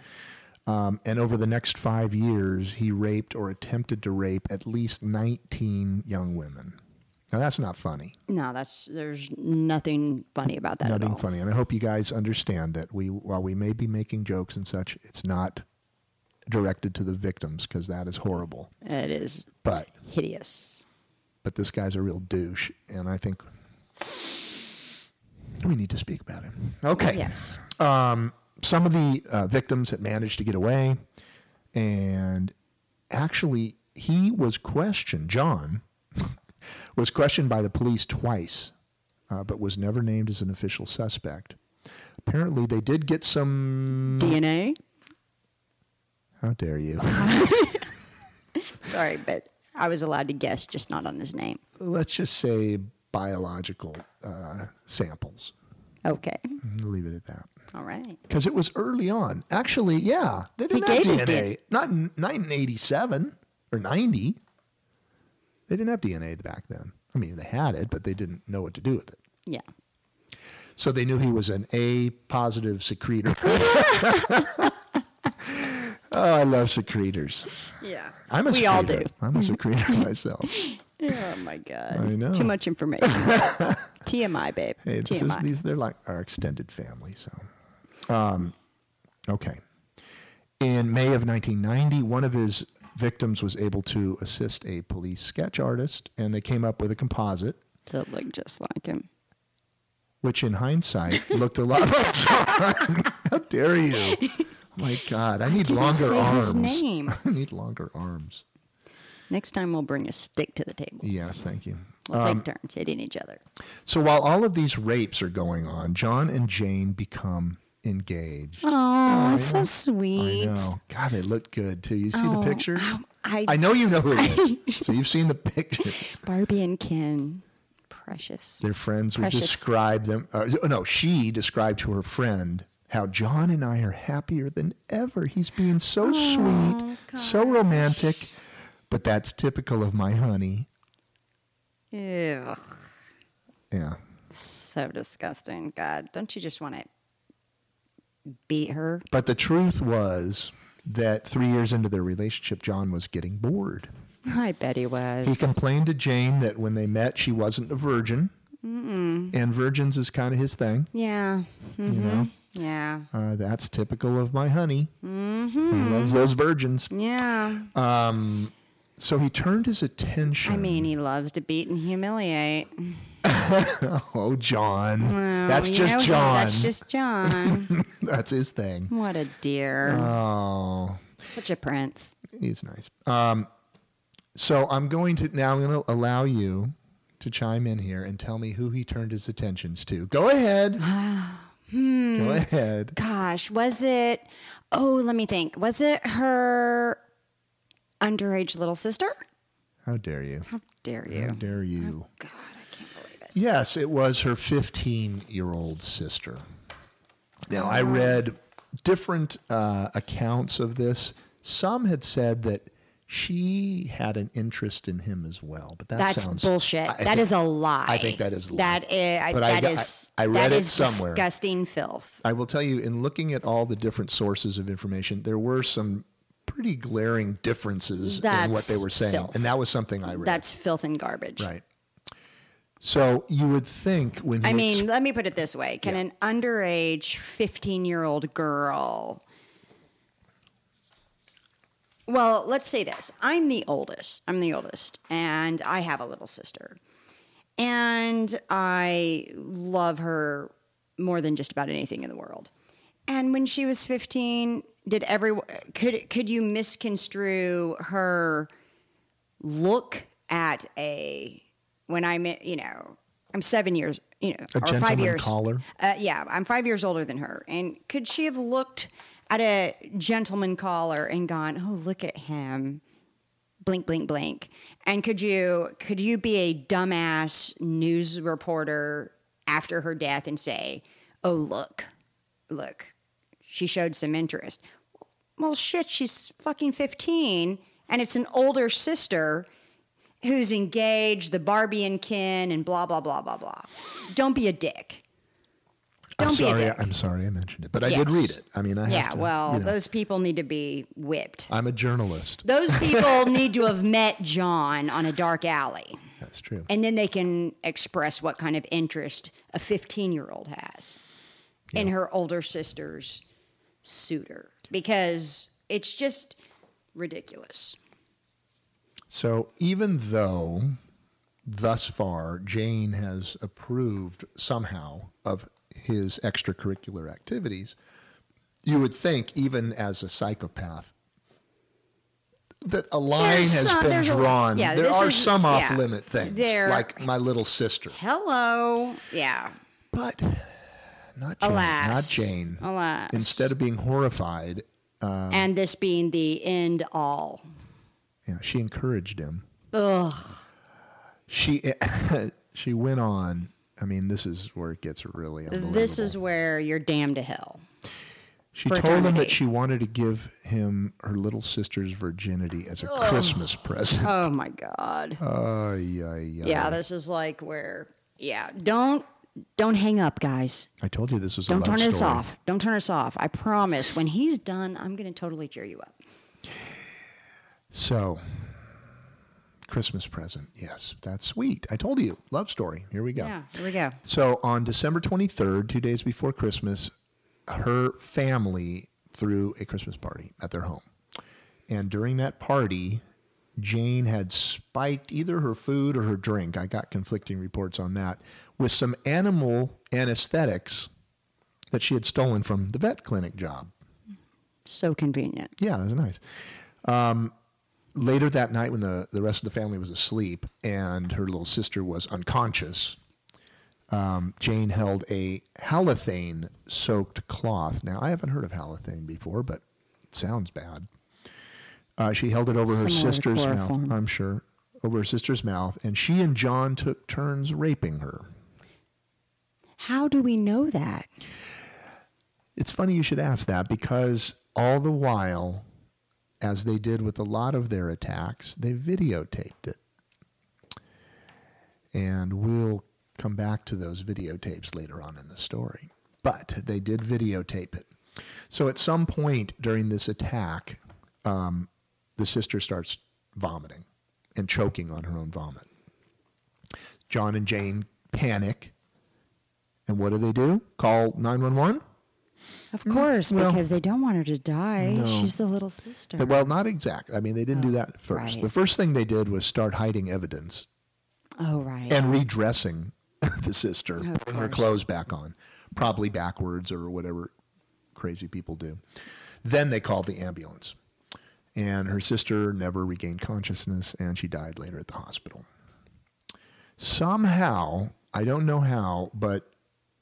S1: Um, and over the next five years, he raped or attempted to rape at least 19 young women. Now, that's not funny.
S2: No, that's there's nothing funny about that at
S1: Nothing
S2: all.
S1: funny. And I hope you guys understand that we, while we may be making jokes and such, it's not directed to the victims because that is horrible.
S2: It is
S1: But
S2: hideous.
S1: but this guy's a real douche, and I think we need to speak about him. Okay.
S2: Yes.
S1: Um, some of the uh, victims had managed to get away, and actually, he was questioned. John was questioned by the police twice, uh, but was never named as an official suspect. Apparently, they did get some.
S2: DNA.
S1: How dare you?
S2: Sorry, but I was allowed to guess, just not on his name.
S1: Let's just say biological uh, samples.
S2: Okay.
S1: Leave it at that.
S2: All right.
S1: because it was early on. Actually, yeah, they didn't
S2: He
S1: have
S2: gave his
S1: DNA. Not in 1987 or 90. They didn't have DNA back then. I mean, they had it, but they didn't know what to do with it.
S2: Yeah.
S1: So they knew he was an A positive secretor. oh, I love secretors.
S2: Yeah.
S1: I'm a
S2: we
S1: secretor.
S2: all do.
S1: I'm a secretor myself.
S2: Oh my god.
S1: I know.
S2: Too much information. TMI, babe.
S1: Hey, this is,
S2: TMI.
S1: these they're like our extended family. So, um, okay. In May of 1990, one of his victims was able to assist a police sketch artist, and they came up with a composite,
S2: that look just like him.
S1: which in hindsight looked a lot like John. How dare you? My God, I need
S2: didn't
S1: longer
S2: say
S1: arms.
S2: his name.
S1: I need longer arms.
S2: Next time we'll bring a stick to the table.
S1: Yes, thank you.
S2: We'll
S1: Um,
S2: take turns hitting each other.
S1: So while all of these rapes are going on, John and Jane become engaged.
S2: Oh, so
S1: I
S2: sweet.
S1: know. God, they look good too. You see
S2: Oh,
S1: the pictures?
S2: ow, I-
S1: I know you know who it is. so you've seen the pictures.
S2: Barbie and Ken. Precious.
S1: Their friends would
S2: Precious.
S1: describe them. Uh, no, she described to her friend how John and I are happier than ever. He's being
S2: Oh,
S1: so sweet, so romantic. But that's typical of my honey.
S2: Ew.
S1: Yeah.
S2: So disgusting. God, don't you just want to beat her?
S1: But the truth was that three years into their relationship, John was getting bored.
S2: I bet he was.
S1: He complained to Jane that when they met, she wasn't a virgin. And virgins is kind of his thing.
S2: yeah. Mm-hmm.
S1: you know
S2: Yeah.
S1: uh, that's typical of my honey
S2: Mm-hmm.
S1: he loves those virgins Um,
S2: Yeah.
S1: Uh, so he turned his attention
S2: I mean, he loves to beat and humiliate.
S1: oh john
S2: Well,
S1: that's
S2: you
S1: just
S2: know him.
S1: john
S2: That's just John.
S1: That's his thing
S2: what a dear.
S1: oh
S2: Such a prince.
S1: he's nice um so i'm going to now i'm going to allow you to chime in here and tell me who he turned his attentions to go ahead
S2: Hmm.
S1: go ahead
S2: Gosh, was it? Oh, let me think. Was it her underage little sister?
S1: how dare you
S2: How dare
S1: how
S2: you?
S1: dare you
S2: God, I can't believe it.
S1: Yes, it was her 15 year old sister. Now, I read different uh, accounts of this. Some had said that she had an interest in him as well, but that
S2: That's
S1: sounds
S2: bullshit.
S1: I
S2: That is
S1: think-
S2: a lie.
S1: I think that is a lie.
S2: That is. I,
S1: But I-
S2: that
S1: I-
S2: is-
S1: I read
S2: that
S1: it
S2: is
S1: somewhere.
S2: Disgusting filth.
S1: I will tell you, in looking at all the different sources of information, there were some pretty glaring differences in what
S2: That's
S1: they were saying,
S2: filth.
S1: and that was something I read.
S2: That's filth and garbage.
S1: right. So you would think when he
S2: I
S1: ex-
S2: mean, let me put it this way: Can an underage fifteen-year-old girl? Well, let's say this: I'm the oldest. I'm the oldest, and I have a little sister, and I love her more than just about anything in the world. And when she was fifteen, did everyone could could you misconstrue her? look at a when I'm you know I'm seven years you know
S1: A
S2: or five
S1: gentleman
S2: years
S1: caller?
S2: Uh, yeah, I'm five years older than her, and could she have looked at a gentleman caller and gone, "Oh, look at him." Blink, blink, blink. And could you could you be a dumbass news reporter after her death and say, "Oh, look, look, she showed some interest"? well, shit, she's fucking 15 and it's an older sister who's engaged, the Barbie and kin, and blah, blah, blah, blah, blah. Don't be a dick.
S1: I'm
S2: Don't be a
S1: sorry.
S2: dick.
S1: I'm sorry I mentioned it, but I did
S2: Yes.
S1: read it. I mean, I have
S2: yeah,
S1: to,
S2: well,
S1: you know,
S2: those people need to be whipped.
S1: I'm a journalist.
S2: Those people need to have met John on a dark alley,
S1: That's true.
S2: and then they can express what kind of interest a 15 year old has in her older sister's suitor because it's just ridiculous.
S1: So even though thus far Jane has approved somehow of his extracurricular activities, you would think, even as a psychopath, that a line
S2: There's
S1: has
S2: some-
S1: been
S2: there's a-
S1: drawn.
S2: yeah,
S1: there
S2: this
S1: are
S2: is-
S1: some
S2: yeah.
S1: off limit things,
S2: There-
S1: like my little sister.
S2: Hello. Yeah.
S1: But not Jane. Not
S2: Alas.
S1: Jane.
S2: Alas.
S1: Instead of being horrified, Um.
S2: and this being the end all.
S1: you know, she encouraged him.
S2: Ugh.
S1: she she went on. I mean, this is where it gets really unbelievable.
S2: This is where you're damned to hell.
S1: she told him that
S2: fraternity.
S1: she wanted to give him her little sister's virginity as a Christmas present.
S2: Oh my God.
S1: Ay, ay, ay.
S2: yeah, this is like where yeah, don't don't hang up, guys.
S1: I told you this was
S2: Don't
S1: a
S2: turn
S1: love
S2: us
S1: story.
S2: off. Don't turn us off. I promise. When he's done, I'm gonna totally cheer you up.
S1: So, Christmas present. Yes, that's sweet. I told you, love story. Here we go.
S2: Yeah, here we go.
S1: So on December 23rd, two days before Christmas, her family threw a Christmas party at their home. And during that party, Jane had spiked either her food or her drink. I got conflicting reports on that with some animal anesthetics that she had stolen from the vet clinic job.
S2: So convenient.
S1: Yeah, that was nice. Um, later that night, when the, the rest of the family was asleep and her little sister was unconscious, um, Jane held a halothane soaked cloth. Now, I haven't heard of halothane before, but it sounds bad. Uh, she held it over her
S2: Similar to
S1: sister's mouth,
S2: chloroform.
S1: I'm sure, over her sister's mouth, and she and John took turns raping her.
S2: How do we know that?
S1: It's funny you should ask that because all the while, as they did with a lot of their attacks, they videotaped it. And we'll come back to those videotapes later on in the story. But they did videotape it. So at some point during this attack, um, the sister starts vomiting and choking on her own vomit. John and Jane panic. And what do they do? Call 911?
S2: Of course,
S1: Mm, well-
S2: because they don't want her to die.
S1: No.
S2: She's the little sister.
S1: Th- Well, not exact. I mean, they didn't do that at first.
S2: Oh, right.
S1: The first thing they did was start hiding evidence
S2: oh right.
S1: and redressing the sister,
S2: Of
S1: putting her
S2: course.
S1: clothes back on, probably backwards or whatever crazy people do. Then they called the ambulance, and her sister never regained consciousness, and she died later at the hospital. Somehow, I don't know how, but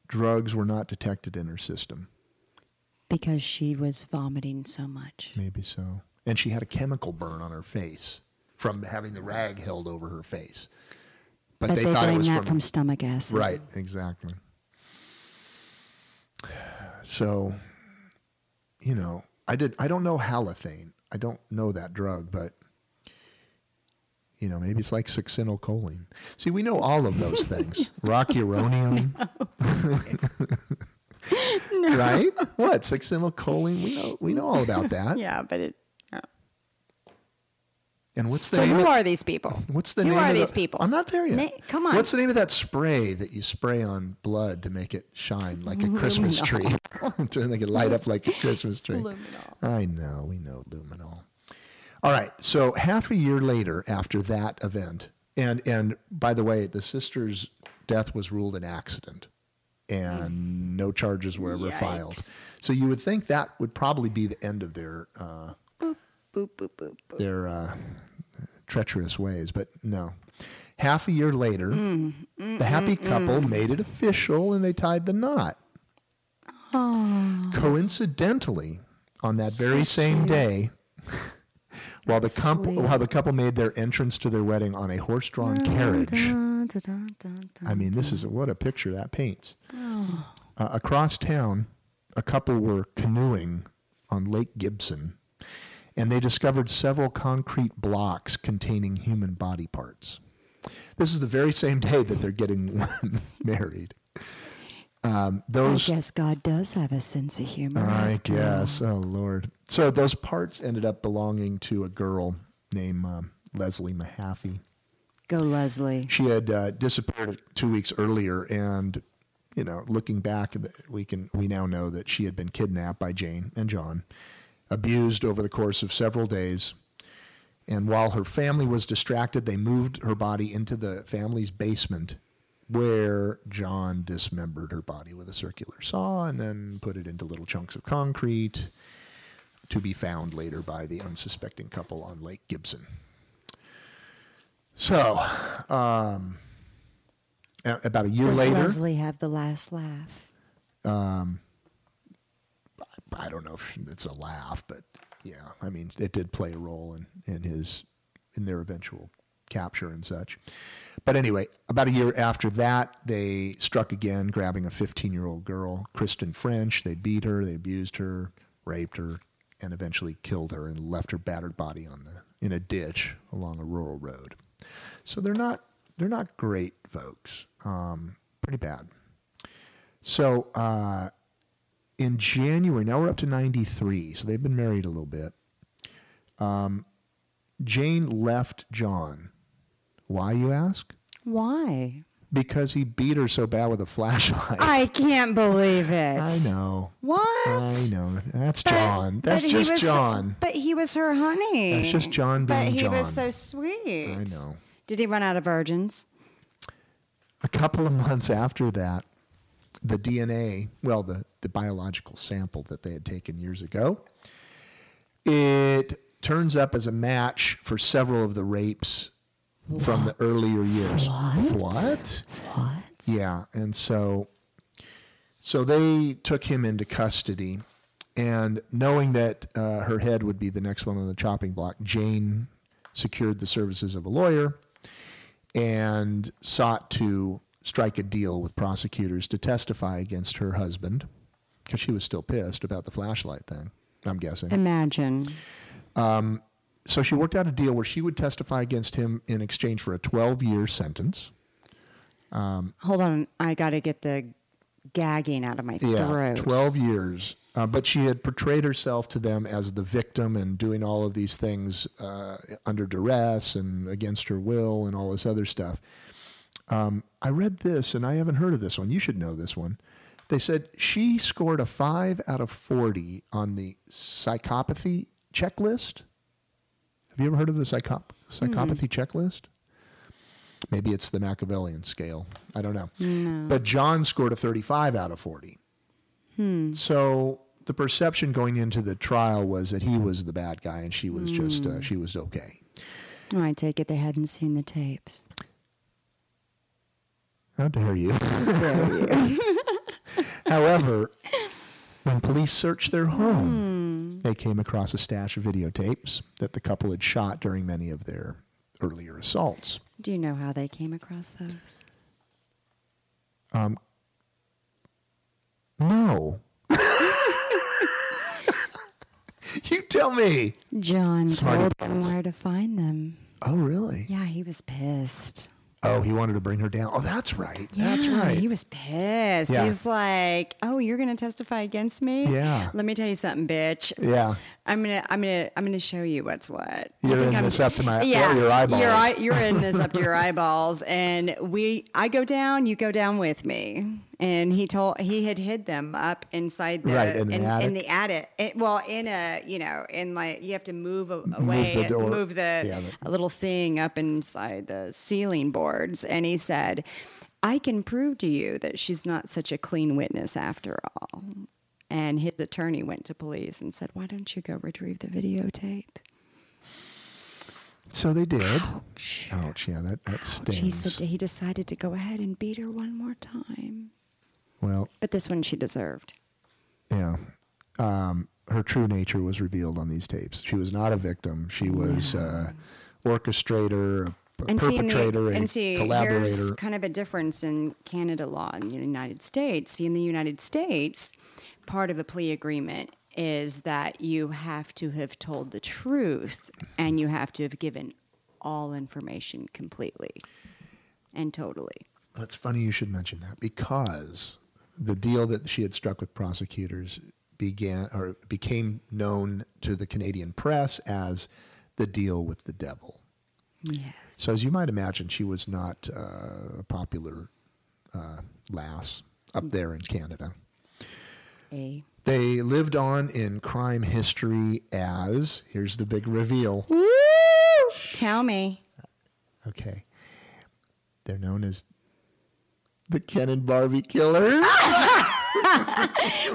S1: drugs were not detected in her system.
S2: because she was vomiting so much.
S1: Maybe so. And she had a chemical burn on her face from having the rag held over her face. But,
S2: But
S1: they,
S2: they,
S1: thought it
S2: blame
S1: was
S2: that
S1: from,
S2: from, stomach acid.
S1: right, exactly. So, you know, I did. I don't know halothane. I don't know that drug, but you know, maybe it's like succinylcholine. See, we know all of those things. Rocuronium. Right? What succinylcholine? We know. We know all about that.
S3: Yeah, but it. no.
S1: And what's the
S3: So
S1: name?
S3: who
S1: of,
S3: are these people?
S1: What's the
S3: who
S1: name
S3: are
S1: of the-
S3: these people?
S1: I'm not there yet.
S2: Na- come on.
S1: What's the name of that spray that you spray on blood to make it shine like a Christmas tree? to make it light up like a Christmas tree.
S3: luminol.
S1: I know, we know luminol. All right. So half a year later, after that event, and and by the way, the sister's death was ruled an accident, and no charges were ever filed.
S3: Yikes.
S1: So you would think that would probably be the end of their. Uh,
S3: Boop boop boop boop.
S1: their uh, treacherous ways, but no. Half a year later, the happy couple made it official and they tied the knot.
S2: Oh.
S1: Coincidentally, on that very same day, while the comp- while the couple made their entrance to their wedding on a horse-drawn carriage.
S2: Dun, dun, dun, dun, dun.
S1: I mean, this is what a picture that paints.
S2: Oh.
S1: Uh, across town, a couple were canoeing on Lake Gibson and they discovered several concrete blocks containing human body parts. This is the very same day that they're getting married. Um,
S2: I
S1: those
S2: guess God does have a sense of humor.
S1: I guess. Oh Lord. So those parts ended up belonging to a girl named um, Leslie Mahaffey.
S2: Go, Leslie.
S1: She had uh, disappeared two weeks earlier, and you know, looking back, we can we now know that she had been kidnapped by Jane and John, abused over the course of several days. And while her family was distracted, they moved her body into the family's basement where John dismembered her body with a circular saw and then put it into little chunks of concrete to be found later by the unsuspecting couple on Lake Gibson. So, um, a- about a year
S2: Does
S1: later,
S2: Leslie have the last laugh?
S1: I don't know if it's a laugh, but yeah, I mean, it did play a role in, in his in their eventual capture and such. But anyway, about a year after that, they struck again, grabbing a 15 year old girl, Kristen French. They beat her, they abused her, raped her, and eventually killed her and left her battered body on the in a ditch along a rural road. So they're not they're not great folks. Um, pretty bad. So uh, in January, now we're up to 93, so they've been married a little bit. Um, Jane left John. Why, you ask?
S2: Why?
S1: Because he beat her so bad with a flashlight.
S2: I can't believe it.
S1: I know.
S2: What?
S1: I know. That's
S2: But-
S1: John. That's
S2: but he
S1: just
S2: was-
S1: John.
S2: But he was her honey.
S1: That's just John
S2: But
S1: being
S2: he was
S1: John.
S2: so sweet.
S1: I know.
S2: Did he run out of virgins?
S1: A couple of months after that, the DNA, well, the, the biological sample that they had taken years ago, it turns up as a match for several of the rapes from the earlier years.
S2: What?
S1: What?
S2: What?
S1: Yeah, and so so they took him into custody, and knowing that uh, her head would be the next one on the chopping block, Jane secured the services of a lawyer and sought to strike a deal with prosecutors to testify against her husband because she was still pissed about the flashlight thing. I'm guessing
S2: Imagine.
S1: so she worked out a deal where she would testify against him in exchange for a 12 year sentence.
S2: Hold on. I got to get the gagging out of my throat.
S1: 12 years. Uh, but she had portrayed herself to them as the victim and doing all of these things uh, under duress and against her will and all this other stuff. Um, I read this and I haven't heard of this one. You should know this one. They said she scored a five out of 40 on the psychopathy checklist. Have you ever heard of the psychop- psychopathy checklist? Maybe it's the Machiavellian scale. I don't know. But John scored a 35 out of 40. So the perception going into the trial was that he was the bad guy and she was just, uh, she was okay.
S2: Oh, I take it they hadn't seen the tapes.
S1: How dare you? However, when police searched their home, they came across a stash of videotapes that the couple had shot during many of their earlier assaults.
S2: Do you know how they came across those?
S1: No. you tell me.
S2: John
S1: Smarty
S2: told them
S1: pants.
S2: where to find them.
S1: Oh, really?
S2: Yeah, he was pissed.
S1: Oh, he wanted to bring her down. Oh, that's right.
S2: Yeah,
S1: that's right.
S2: He was pissed.
S1: Yeah.
S2: He's like, "Oh, you're going to testify against me?
S1: Yeah.
S2: Let me tell you something, bitch.
S1: yeah.
S2: I'm gonna, I'm gonna, I'm gonna show you what's what. You
S1: You're
S2: think
S1: in
S2: I'm-
S1: this up to my
S2: yeah,
S1: your eyeballs.
S2: You're, eye- you're in this up to your eyeballs, and we, I go down, you go down with me. And he told he had hid them up inside the
S1: Right, in the attic.
S2: the attic. It- well, in a you know, in like you have to move a- away,
S1: the door.
S2: move the
S1: Yeah,
S2: a little thing up inside the ceiling boards, and he said. I can prove to you that she's not such a clean witness after all. And his attorney went to police and said, Why don't you go retrieve the videotape? Oh,
S1: so they did. Ouch. Yeah, that, that stings.
S2: She said that he decided to go ahead and beat her one more time.
S1: well,
S2: But this one she deserved.
S1: Yeah. Um, her true nature was revealed on these tapes. She was not a victim. She was uh, orchestrator, a
S2: And see, in the-
S1: perpetrator, a
S2: and see, here's
S1: collaborator.
S2: kind of a difference in Canada law and the United States. See, in the United States, part of a plea agreement is that you have to have told the truth and you have to have given all information completely and totally.
S1: That's funny you should mention that because the deal that she had struck with prosecutors began or became known to the Canadian press as the deal with the devil.
S2: Yes.
S1: So as you might imagine, she was not uh, a popular uh, lass up there in Canada.
S2: A
S1: They lived on in crime history as here's the big reveal.
S2: Woo! Tell me.
S1: Okay. They're known as the Ken and Barbie killer.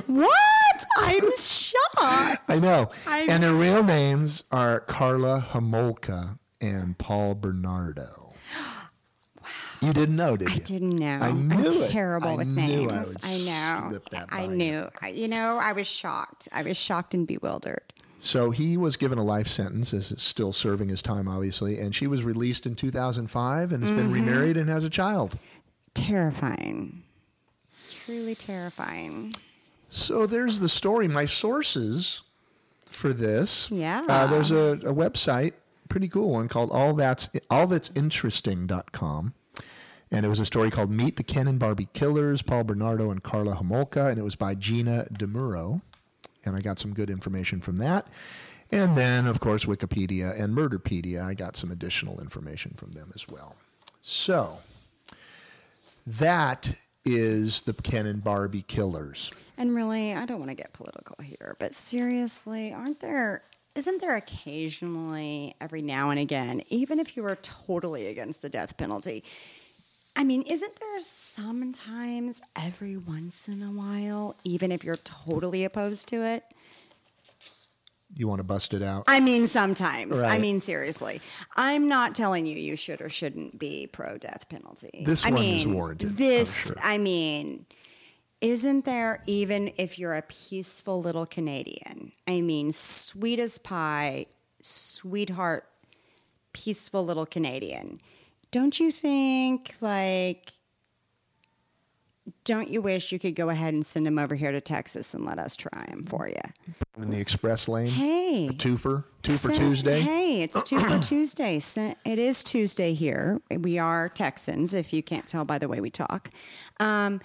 S2: What? I'm shocked.
S1: I know.
S2: I'm
S1: and their
S2: so-
S1: real names are Carla Homolka and Paul Bernardo. You didn't know, did you?
S2: I didn't know.
S1: I knew
S2: am
S1: it.
S2: terrible
S1: I
S2: with
S1: knew
S2: names.
S1: I would
S2: I know.
S1: slip that
S2: I
S1: by you.
S2: knew. I, you know, I was shocked. I was shocked and bewildered.
S1: So he was given a life sentence, is still serving his time, obviously, and she was released in 2005 and has
S2: Mm-hmm.
S1: been remarried and has a child.
S2: Terrifying. Truly terrifying.
S1: So there's the story. My sources for this.
S2: Yeah.
S1: Uh, there's a, a website, pretty cool one called all that's all that's interesting.com. And it was a story called Meet the Ken and Barbie Killers, Paul Bernardo and Carla Homolka, and it was by Gina DeMuro. And I got some good information from that. And then, of course, Wikipedia and Murderpedia. I got some additional information from them as well. So that is the Ken and Barbie Killers.
S2: And really, I don't want to get political here, but seriously, aren't there? Isn't there occasionally, every now and again, even if you are totally against the death penalty? I mean, isn't there sometimes, every once in a while, even if you're totally opposed to it?
S1: You want to bust it out?
S2: I mean, sometimes. I
S1: Right.
S2: mean, seriously. I'm not telling you you should or shouldn't be pro death penalty.
S1: This
S2: I
S1: one is
S2: mean,
S1: warranted, I'm
S2: This,
S1: sure.
S2: I mean, isn't there even if you're a peaceful little Canadian? I mean, sweet as pie, sweetheart, peaceful little Canadian. Don't you think like? Don't you wish you could go ahead and send him over here to Texas and let us try him for you?
S1: in the express lane.
S2: Hey.
S1: The twofer, two for
S2: Sen-
S1: Tuesday.
S2: Hey, it's two for Tuesday. Sen- It is Tuesday here. We are Texans, if you can't tell by the way we talk. Um,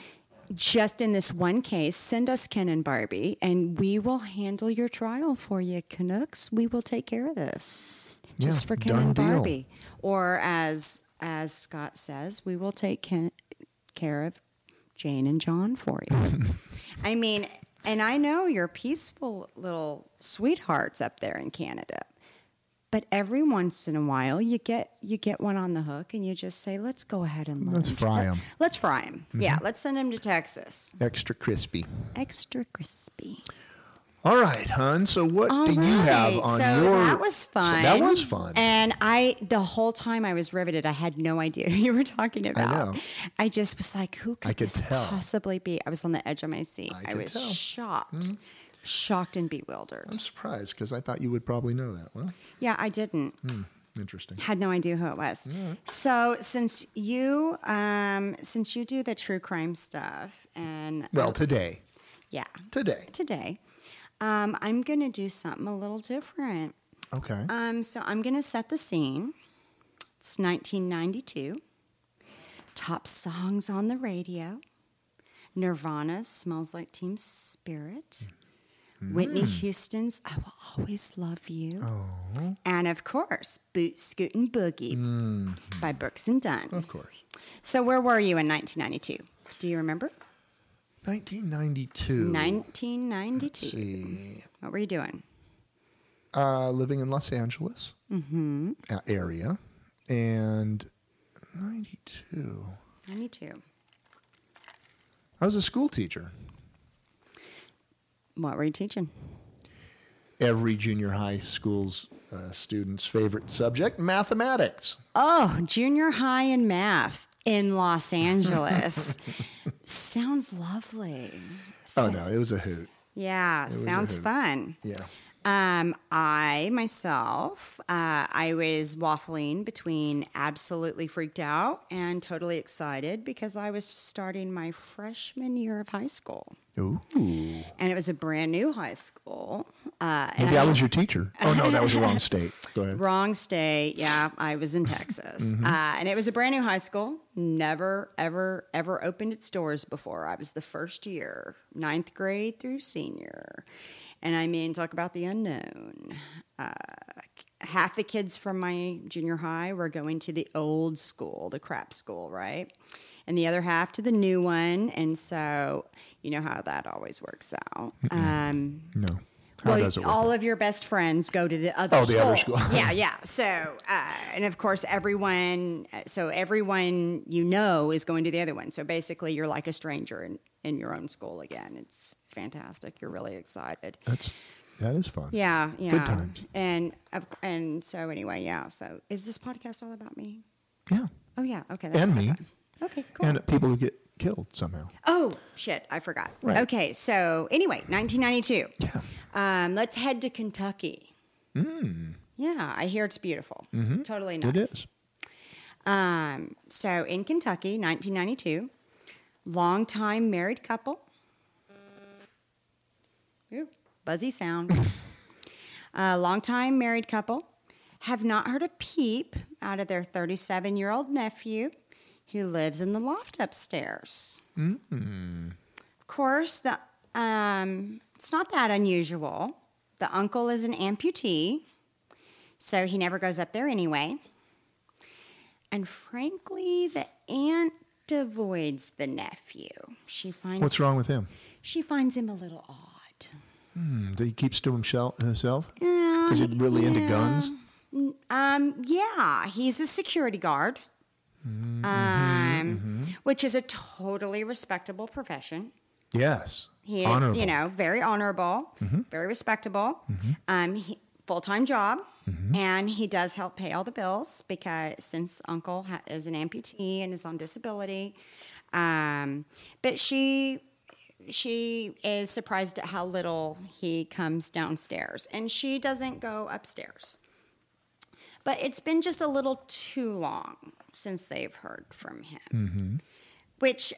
S2: just in this one case, send us Ken and Barbie, and we will handle your trial for you, Canucks. We will take care of this. Just
S1: Yeah,
S2: for Ken
S1: done
S2: and
S1: deal.
S2: Barbie, or as as Scott says, we will take Ken, care of Jane and John for you. I mean, and I know you're peaceful little sweethearts up there in Canada. But every once in a while, you get you get one on the hook, and you just say, "Let's go ahead and let
S1: Let's
S2: him-
S1: fry 'em.
S2: Let's fry him. Yeah, let's send him to Texas.
S1: Extra crispy.
S2: Extra crispy.
S1: All right, hon. So what
S2: All
S1: do you have
S2: right,
S1: on
S2: so
S1: your?
S2: that was
S1: So
S2: fun.
S1: that was fun.
S2: And I, the whole time I was riveted. I had no idea who you were talking about.
S1: know.
S2: I just was like, who could,
S1: I could
S2: this
S1: tell.
S2: possibly be? I was on the edge of my seat.
S1: I
S2: I,
S1: could
S2: was
S1: tell. Mm-hmm. Mm.
S2: shocked, shocked and bewildered.
S1: I'm surprised because I thought you would probably know that. Well,
S2: Yeah, I didn't.
S1: Mm. interesting.
S2: Had no idea who it was. So since you, um, since you do the true crime stuff, and
S1: Well, today,
S2: yeah,
S1: today.
S2: today, um, I'm gonna do something a little different.
S1: Okay.
S2: Um, so I'm going to set the scene. It's 1992. Top songs on the radio. Nirvana smells like Team Spirit. Whitney Houston's I Will Always Love You. And of course, Boot Scootin' Boogie by Brooks and Dunn.
S1: of course.
S2: So, where were you in 1992? Do you remember?
S1: 1992.
S2: 1992.
S1: See,
S2: What were you doing?
S1: uh, living in Los Angeles
S2: Mm-hmm.
S1: uh, area, and 92.
S2: 92.
S1: I was a school teacher.
S2: What were you teaching?
S1: Every junior high school's uh, student's favorite subject, mathematics.
S2: Oh, junior high in math in Los Angeles. sounds lovely.
S1: Oh no, it was a hoot.
S2: Yeah,
S1: was a
S2: sounds
S1: hoot.
S2: fun.
S1: Yeah.
S2: Um, I myself, uh, I was waffling between absolutely freaked out and totally excited because I was starting my freshman year of high school,
S1: Ooh. Maybe
S2: and it was a brand new high school. Uh, and
S1: I was your teacher. Oh no, that was the wrong state. Go ahead.
S2: Wrong state. Yeah, I was in Texas. uh, and it was a brand new high school. Never, ever, ever opened its doors before. I was the first year, ninth grade through senior. And I mean, talk about the unknown. Uh, half the kids from my junior high were going to the old school, the crap school, right? And the other half to the new one. And so, you know how that always works out. Um,
S1: No. How
S2: well,
S1: does it work?
S2: all of your best friends go to the other
S1: Oh,
S2: school.
S1: the other school.
S2: yeah, yeah. So, uh, and of course, everyone, so everyone you know is going to the other one. So basically, you're like a stranger in, in your own school again. It's fantastic. You're really excited.
S1: That's that is fun.
S2: Yeah, yeah.
S1: times.
S2: And, of- and so, anyway, yeah. So, is this podcast all about me?
S1: Yeah.
S2: Oh, yeah. Okay. That's
S1: And
S2: what I
S1: me.
S2: thought. Okay, cool.
S1: And people who get killed somehow.
S2: Oh shit, I forgot.
S1: Right.
S2: Okay, so anyway, 1992.
S1: Yeah.
S2: Um, let's head to Kentucky. Yeah, I hear it's beautiful. Totally nice.
S1: Hmm. Mm-hmm. It is.
S2: Um, so in Kentucky, 1992, longtime married couple. Ooh, buzzy sound. A longtime married couple have not heard a peep out of their 37 year old nephew who lives in the loft upstairs.
S1: Mm.
S2: Of course, the, um, it's not that unusual. The uncle is an amputee, so he never goes up there anyway. And frankly, the aunt avoids the nephew. She finds
S1: What's wrong with him?
S2: She finds him a little odd.
S1: Hmm, He keeps to himself. Himself.
S2: Yeah,
S1: Is he really into
S2: yeah.
S1: guns?
S2: Uh, Um, yeah, he's a security guard, um, which is a totally respectable profession.
S1: Yes.
S2: He,
S1: Honorable.
S2: you know, very honorable, very respectable. Um, he, full-time job, and he does help pay all the bills because since Uncle ha- is an amputee and is on disability, um, but she she is surprised at how little he comes downstairs, and she doesn't go upstairs. But it's been just a little too long since they've heard from him, which,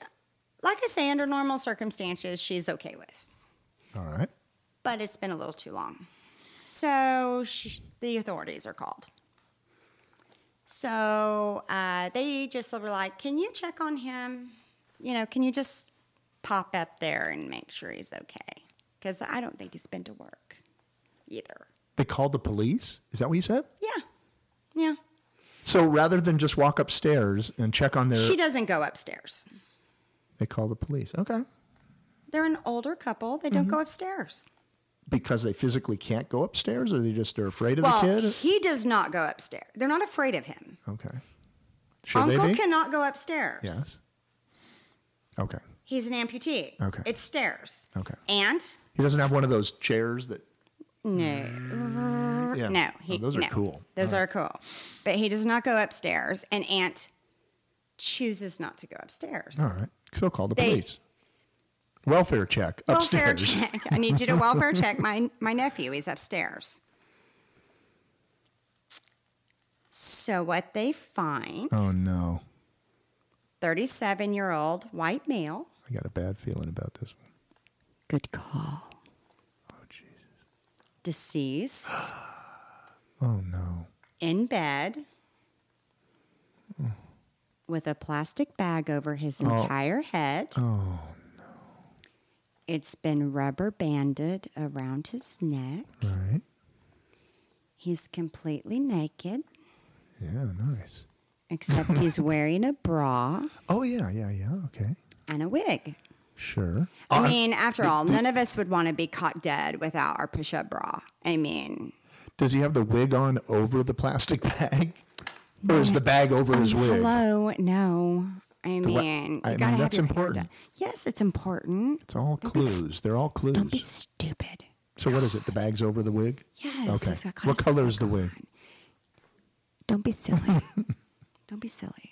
S2: like I say, under normal circumstances, she's okay with
S1: All right.
S2: but it's been a little too long. So sh the authorities are called. So uh, they just were like, "Can you check on him? You know, can you just pop up there and make sure he's okay? Because I don't think he's been to work either."
S1: They called the police. Is that what you said?
S2: Yeah, yeah.
S1: So rather than just walk upstairs and check on their,
S2: She doesn't go upstairs.
S1: they call the police. Okay.
S2: They're an older couple. They don't
S1: Mm-hmm.
S2: go upstairs.
S1: Because they physically can't go upstairs, or they just are afraid of
S2: Well,
S1: the kid.
S2: he does not go upstairs. They're not afraid of him.
S1: Okay. Should they
S2: Uncle
S1: be?
S2: cannot go upstairs.
S1: yes. Okay.
S2: He's an amputee.
S1: Okay.
S2: It's stairs.
S1: Okay.
S2: And
S1: He doesn't have one of those chairs that.
S2: no,
S1: Yeah.
S2: no,
S1: Oh,
S2: he,
S1: those are
S2: no.
S1: cool.
S2: Those are cool. But he does not go upstairs, and Aunt chooses not to go upstairs.
S1: All right. So call the
S2: They-
S1: police. Welfare check
S2: Welfare
S1: upstairs.
S2: check. I need you to welfare check my my nephew. He's upstairs. So what they find:
S1: Oh no,
S2: thirty-seven year old white male.
S1: I got a bad feeling about this one.
S2: Good call.
S1: Oh Jesus.
S2: Deceased
S1: Oh no.
S2: in bed.
S1: Hmm.
S2: With a plastic bag over his entire head.
S1: Oh.
S2: It's been rubber banded around his neck.
S1: All right.
S2: He's completely naked,
S1: Yeah. Nice.
S2: except he's wearing a bra
S1: Oh yeah. Yeah. Yeah. Okay.
S2: and a wig.
S1: Sure.
S2: I mean, after all, none of us would want to be caught dead without our push up bra. I mean,
S1: Does he have the wig on over the plastic bag, or is the bag over his wig?
S2: hello, no. I
S1: wa-
S2: mean,
S1: I
S2: you
S1: mean,
S2: gotta have
S1: that's
S2: your hair
S1: important.
S2: done. Yes, it's important.
S1: It's all clues. They're all clues.
S2: Don't be stupid.
S1: so what is it? The bag's over the wig.
S2: Yes, it's
S1: okay.
S2: got
S1: What
S2: his
S1: color is the wig?
S2: Don't be silly. Don't be silly.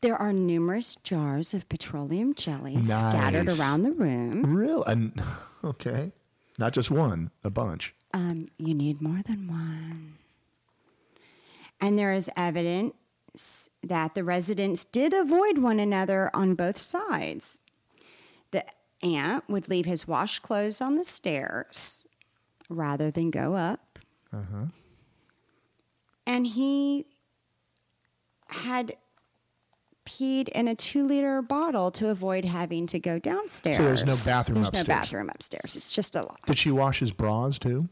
S2: There are numerous jars of petroleum jelly scattered
S1: Nice.
S2: around the room.
S1: Real. And okay. Not just one, a bunch.
S2: um, you need more than one. And there is evidence that the residents did avoid one another on both sides. The ant would leave his wash clothes on the stairs rather than go up.
S1: Uh-huh.
S2: And he had peed in a two liter bottle to avoid having to go downstairs.
S1: no bathroom
S2: There's
S1: upstairs.
S2: no bathroom upstairs. It's just a lot.
S1: Did she wash his bras too?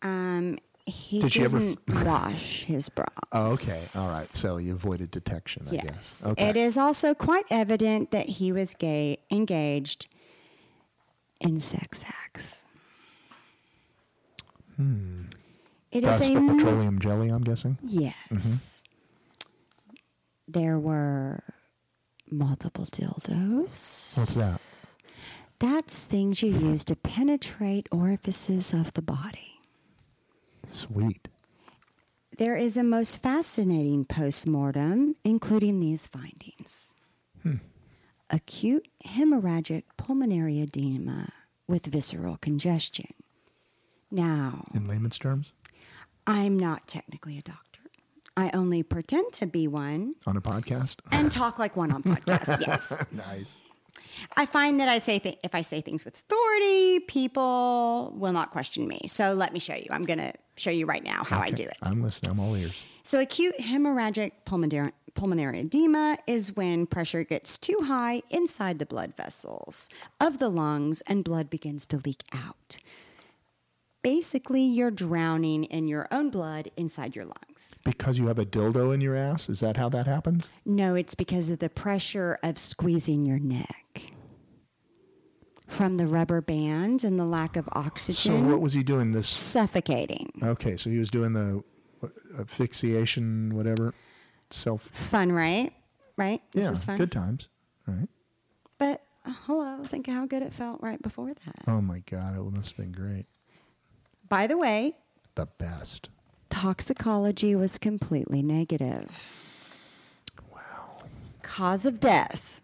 S2: Um, he
S1: Did she ever f-
S2: didn't wash his bra.
S1: Oh, okay. All right. So you avoided detection, I
S2: yes.
S1: guess. Okay.
S2: It is also quite evident that he was gay engaged in sex acts. Hmm. It is
S1: That's
S2: a
S1: the
S2: n-
S1: petroleum jelly, I'm guessing.
S2: yes.
S1: Mm-hmm.
S2: There were multiple dildos.
S1: What's that?
S2: That's things you use to penetrate orifices of the body.
S1: Sweet.
S2: There is a most fascinating postmortem, including these findings acute hemorrhagic pulmonary edema with visceral congestion. Now,
S1: In layman's terms,
S2: I'm not technically a doctor, I only pretend to be one
S1: on a podcast.
S2: and talk like one on podcasts. Yes.
S1: nice.
S2: I find that I say th- if I say things with authority, people will not question me. So let me show you. I'm going to show you right now how I do it.
S1: I'm listening. I'm all ears.
S2: So, acute hemorrhagic pulmonary, pulmonary edema is when pressure gets too high inside the blood vessels of the lungs and blood begins to leak out. Basically, you're drowning in your own blood inside your lungs.
S1: Because you have a dildo in your ass? Is that how that happens?
S2: No, it's because of the pressure of squeezing your neck from the rubber band and the lack of
S1: So
S2: oxygen,
S1: what was he doing? This.
S2: suffocating.
S1: Okay. So he was doing the what, asphyxiation, whatever. Self.
S2: Fun, right? Right? This
S1: yeah.
S2: is fun.
S1: Good times. All right.
S2: But uh, hello, think how good it felt right before that.
S1: Oh my God. It must have been great.
S2: By the way,
S1: The best.
S2: toxicology was completely negative. Wow. Cause of death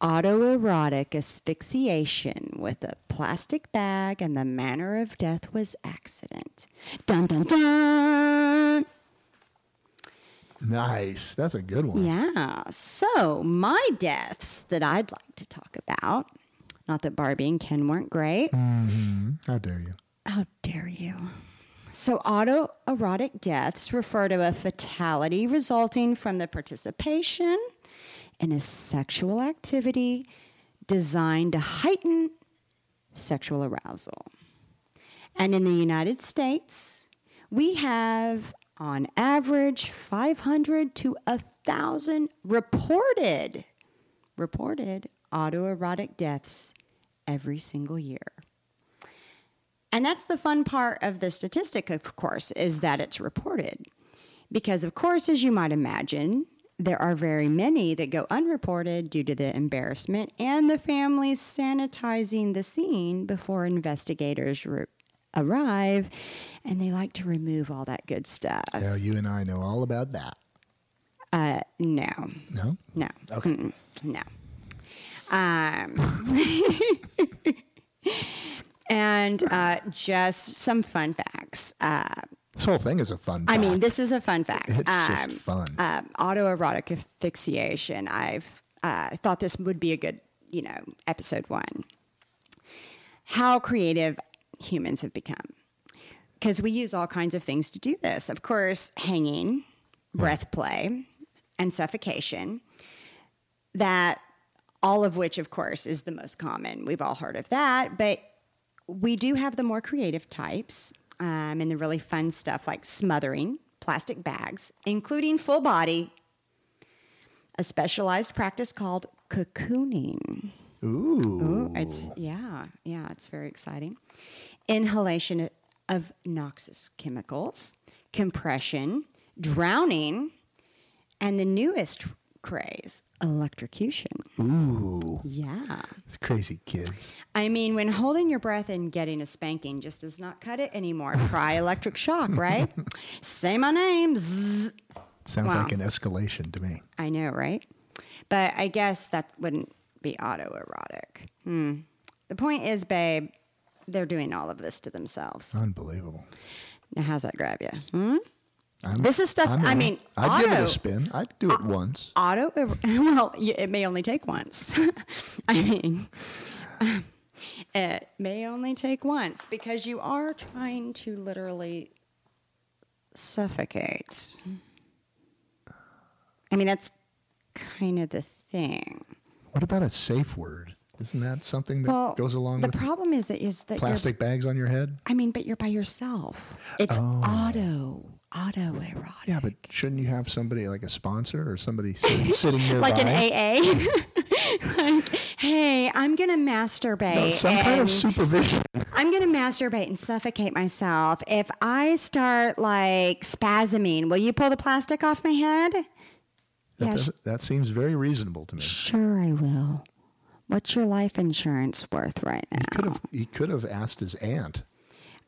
S2: autoerotic asphyxiation with a plastic bag, and the manner of death was accident. Dun dun dun!
S1: Nice. That's a good one.
S2: Yeah. So, my deaths that I'd like to talk about, not that Barbie and Ken weren't great.
S1: How dare you?
S2: How dare you? So, autoerotic deaths refer to a fatality resulting from the participation in a sexual activity designed to heighten sexual arousal. And in the United States, we have on average 500 to 1,000 reported reported autoerotic deaths every single year. And that's the fun part of the statistic, of course, is that it's reported. Because, of course, as you might imagine, there are very many that go unreported due to the embarrassment and the families sanitizing the scene before investigators re- arrive. And they like to remove all that good stuff.
S1: Now you and I know all about that.
S2: Uh, no,
S1: No.
S2: no.
S1: Okay.
S2: No. Um, and uh, just some fun facts. Uh,
S1: This whole thing is a fun.
S2: I mean,
S1: fact.
S2: this is a fun fact.
S1: it's just
S2: Um,
S1: fun.
S2: um, autoerotic asphyxiation. I've uh, thought this would be a good, you know, episode one. How creative humans have become. Because we use all kinds of things to do this. Of course, hanging, breath play, and suffocation. That, all of which, of course, is the most common. We've all heard of that. But we do have the more creative types um, and the really fun stuff like smothering, plastic bags, including full body, a specialized practice called cocooning.
S1: Ooh.
S2: Ooh, It's yeah, yeah, it's very exciting. Inhalation of, of noxious chemicals, compression, drowning, and the newest craze, electrocution.
S1: Ooh.
S2: Yeah.
S1: It's crazy kids.
S2: I mean, when holding your breath and getting a spanking just does not cut it anymore. Try electric shock, right? Say my name. Zzz.
S1: Sounds
S2: Wow.
S1: like an escalation to me.
S2: I know, right? But I guess that wouldn't be autoerotic. Hmm. The point is, babe, they're doing all of this to themselves.
S1: Unbelievable.
S2: Now, how's that grab you? Hmm? This is stuff.
S1: I'm
S2: I
S1: in.
S2: mean,
S1: I'd
S2: auto, Uh,
S1: give it a spin. I'd do it once.
S2: auto. Well, y- it may only take once. I mean, it may only take once because you are trying to literally suffocate. I mean, that's kind of the thing.
S1: What about a safe word? Isn't that something that
S2: Well,
S1: goes along
S2: the
S1: with
S2: problem is that is that you're
S1: plastic bags on your head?
S2: I mean, but you're by yourself. It's auto, auto erotic.
S1: Oh. Yeah, but shouldn't you have somebody like a sponsor or somebody sitting, sitting nearby?
S2: like an AA. like, hey, I'm gonna masturbate.
S1: No, some kind of
S2: and-
S1: supervision.
S2: I'm gonna masturbate and suffocate myself. If I start like spasming, will you pull the plastic off my head?
S1: That,
S2: Yes.
S1: doesn't- that seems very reasonable to me.
S2: Sure, I will. What's your life insurance worth right now?
S1: He could have. He could have asked his aunt.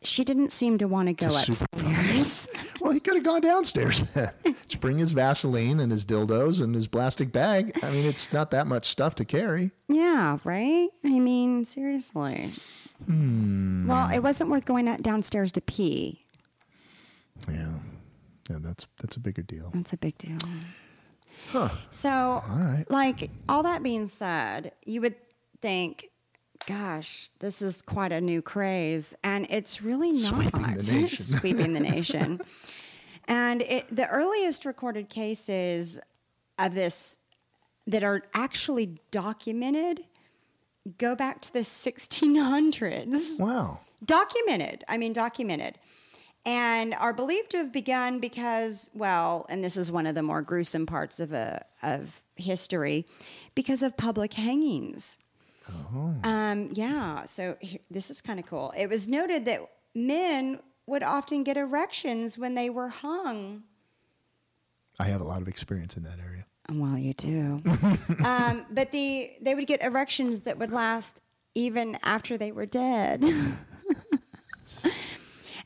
S2: She didn't seem to want to go
S1: super-
S2: upstairs.
S1: Well, he could have gone downstairs then. Just bring his Vaseline and his dildos and his plastic bag. I mean, it's not that much stuff to carry.
S2: Yeah, right? I mean, seriously. Well, it wasn't worth going out downstairs to pee.
S1: Yeah, yeah, that's that's a bigger deal.
S2: That's a big deal.
S1: Huh.
S2: So,
S1: right.
S2: like, all that being said, you would think, gosh, this is quite a new craze. And it's really not.
S1: Sweeping the nation.
S2: Sweeping the nation. And it, the earliest recorded cases of this that are actually documented go back to the 1600s
S1: Wow.
S2: documented. I mean, documented. And are believed to have begun because, well, and this is one of the more gruesome parts of a of history, because of public hangings. Um, yeah. So he- this is kind of cool. It was noted that men would often get erections when they were hung.
S1: I have a lot of experience in that area.
S2: Well, you do. um, but the they would get erections that would last even after they were dead.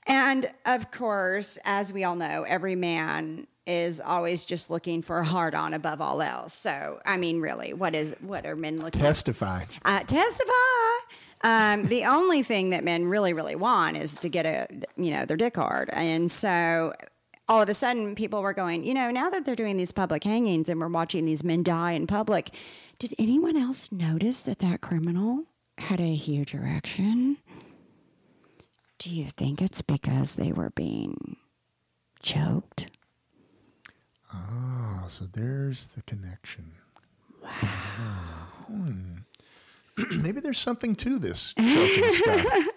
S2: and of course, as we all know, every man is always just looking for a hard on above all else. So, I mean, really, what is what are men looking
S1: Testify.
S2: uh, testify. Um, the only thing that men really, really want is to get a, you know, their dick hard. And so all of a sudden people were going, you know, now that they're doing these public hangings and we're watching these men die in public, did anyone else notice that that criminal had a huge erection? Do you think it's because they were being choked?
S1: Oh, so there's the connection. Wow. Maybe there's something to this choking stuff.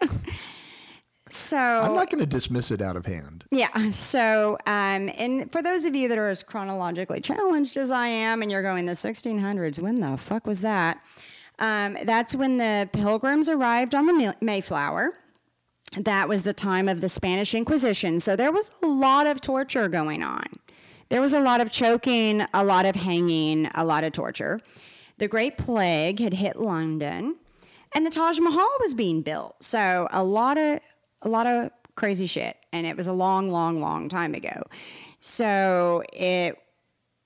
S2: So
S1: I'm not going to dismiss it out of hand.
S2: Yeah. So, um, and for those of you that are as chronologically challenged as I am, and you're going the 1600s, when the fuck was that? Um, that's when the pilgrims arrived on the May- Mayflower. That was the time of the Spanish Inquisition. So there was a lot of torture going on. There was a lot of choking, a lot of hanging, a lot of torture. The Great Plague had hit London, and the Taj Mahal was being built. So a lot of a lot of crazy shit, and it was a long, long, long time ago. So it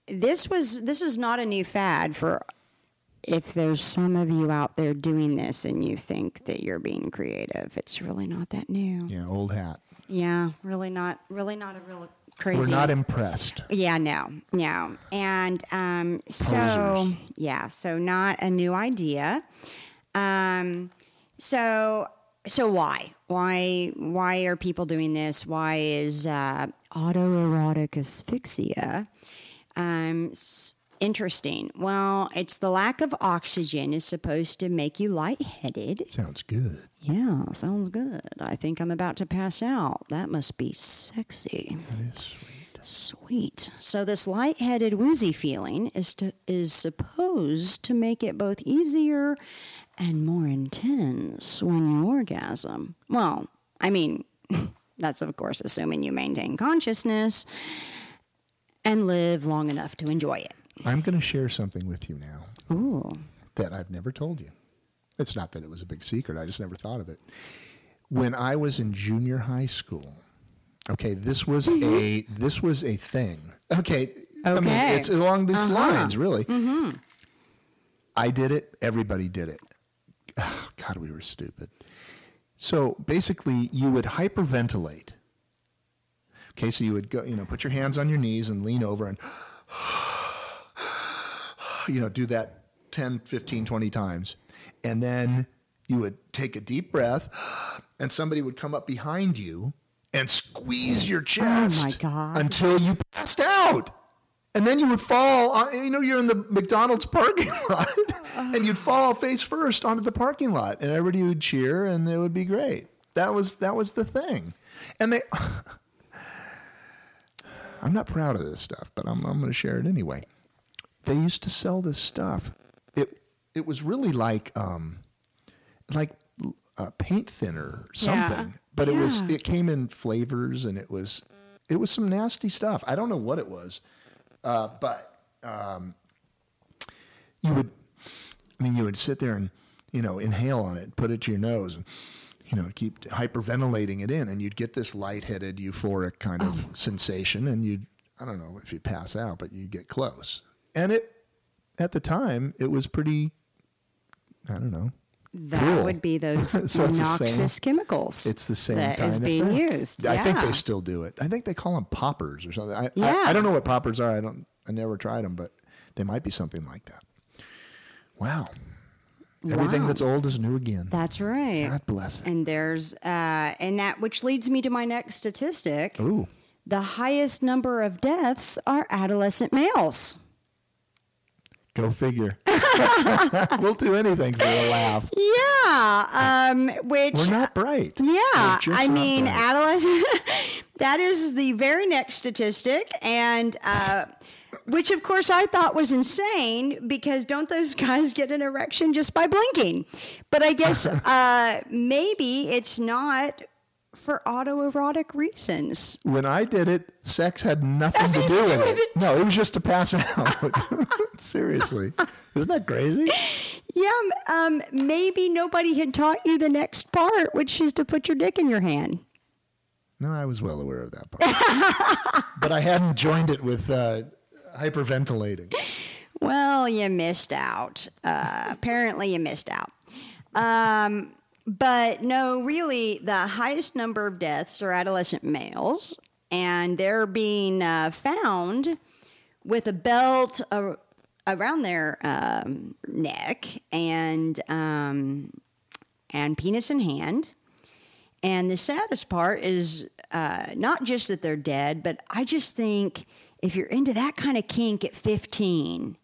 S2: this was this is not a new fad for if there's some of you out there doing this and you think that you're being creative, it's really not that new.
S1: Yeah, old hat.
S2: Yeah, really not really not a real
S1: We're
S2: crazy.
S1: not impressed.
S2: yeah, no, no. And um, so,
S1: Posers.
S2: yeah, so not a new idea. Um, so, so why, why, why are people doing this? Why is uh, autoerotic asphyxia um, s- interesting? Well, it's the lack of oxygen is supposed to make you lightheaded.
S1: Sounds good.
S2: Yeah, sounds good. I think I'm about to pass out. That must be sexy.
S1: That is sweet.
S2: Sweet. So this lightheaded woozy feeling is to, is supposed to make it both easier and more intense when you orgasm. Well, I mean, that's of course assuming you maintain consciousness and live long enough to enjoy it.
S1: I'm going to share something with you now
S2: Ooh.
S1: that I've never told you. It's not that it was a big secret, I just never thought of it. When I was in junior high school, okay, this was a this was a thing. Okay. I mean,
S2: Okay.
S1: it's along these lines, really. Ah, I did it, everybody did it. God, we were stupid. So basically, you would hyperventilate. Okay, so you would go, you know, put your hands on your knees and lean over and, you know, do that 10, 15, 20 times. And then you would take a deep breath, and somebody would come up behind you and squeeze your chest
S2: God.
S1: until you passed out. And then you would fall, on, you know, you're in the McDonald's parking lot, and you'd fall face first onto the parking lot, and everybody would cheer, and it would be great. That was that was the thing, and they. I'm not proud of this stuff, but I'm I'm going to share it anyway. They used to sell this stuff. It it was really like um, like uh, paint thinner or something, but it was
S2: Yeah.
S1: it came in flavors and it was it was some nasty stuff. I don't know what it was, uh, but um, you would I mean you would sit there and you know inhale on it, put it to your nose, and you know keep hyperventilating it in, and you'd get this lightheaded, euphoric kind of sensation, and you'd I don't know if you'd pass out, but you'd get close. And it at the time it was pretty I don't know
S2: That
S1: Cool.
S2: would be those
S1: So it's the same-
S2: noxious chemicals.
S1: It's the same
S2: that
S1: kind
S2: is
S1: of
S2: being
S1: thing.
S2: used.
S1: I think
S2: Yeah.
S1: they still do it. I think they call them poppers or something. I,
S2: Yeah.
S1: I, I don't know what poppers are. I don't. I never tried them, but they might be something like that. Wow. Everything
S2: Wow.
S1: that's old is new again.
S2: That's right.
S1: God bless it.
S2: And there's uh, and that which leads me to my next statistic.
S1: Ooh.
S2: The highest number of deaths are adolescent males.
S1: Go figure. we'll do anything for a laugh.
S2: Yeah, um, which
S1: We're not bright.
S2: yeah,
S1: We're just
S2: I
S1: not
S2: mean
S1: bright.
S2: adolescent. that is the very next statistic, and uh, which of course I thought was insane because don't those guys get an erection just by blinking? But I guess uh, maybe it's not for autoerotic reasons.
S1: when I did it, sex had nothing to do with it. No, it was just to pass out. Seriously. Isn't that crazy?
S2: Yeah, um, maybe nobody had taught you the next part, which is to put your dick in your hand.
S1: No, I was well aware of that part. but I hadn't joined it with uh, hyperventilating.
S2: Well, you missed out. Uh, apparently, you missed out. Um, but no, really, the highest number of deaths are adolescent males, and they're being uh, found with a belt a- around their um, neck and um, and penis in hand. And the saddest part is uh, not just that they're dead, but I just think if you're into that kind of kink at 15,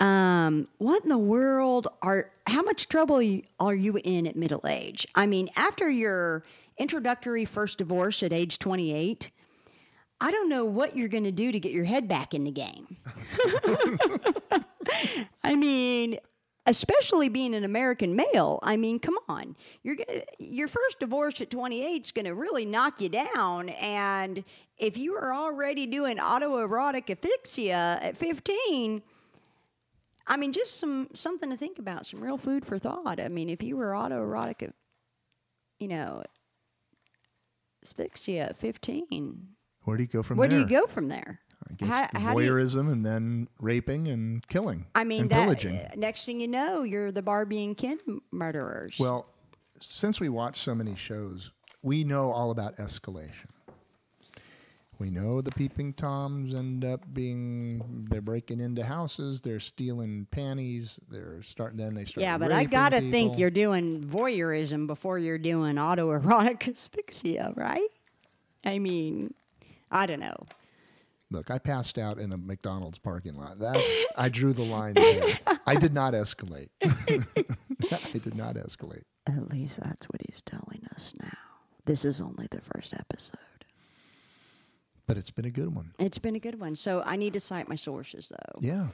S2: um, what in the world are, how much trouble you- are you in at middle age? I mean, after your introductory first divorce at age 28, I don't know what you're going to do to get your head back in the game. I mean, especially being an American male, I mean, come on. You're gonna your first divorce at 28 is going to really knock you down and if you are already doing autoerotic asphyxia at 15, I mean, just some something to think about, some real food for thought. I mean, if you were autoerotic, you know, asphyxia at 15,
S1: Where do you go from
S2: where
S1: there?
S2: do you go from there?
S1: I guess
S2: do you-
S1: voyeurism and then raping and killing.
S2: I mean,
S1: and
S2: that, uh,
S1: pillaging.
S2: next thing you know, you're the Barbie and Ken murderers.
S1: Well, since we watch so many shows, we know all about escalation. We know the peeping toms end up being they're breaking into houses, they're stealing panties, they're starting then they start.
S2: yeah, but I
S1: raping
S2: gotta think
S1: people.
S2: you're doing voyeurism before you're doing autoerotic asphyxia, right? I mean, I don't know.
S1: Look, I passed out in a McDonald's parking lot. That's I drew the line there. I did not escalate. I did not escalate.
S2: At least that's what he's telling us now. This is only the first episode.
S1: But it's been a good one.
S2: It's been a good one. So I need to cite my sources, though.
S1: Yeah.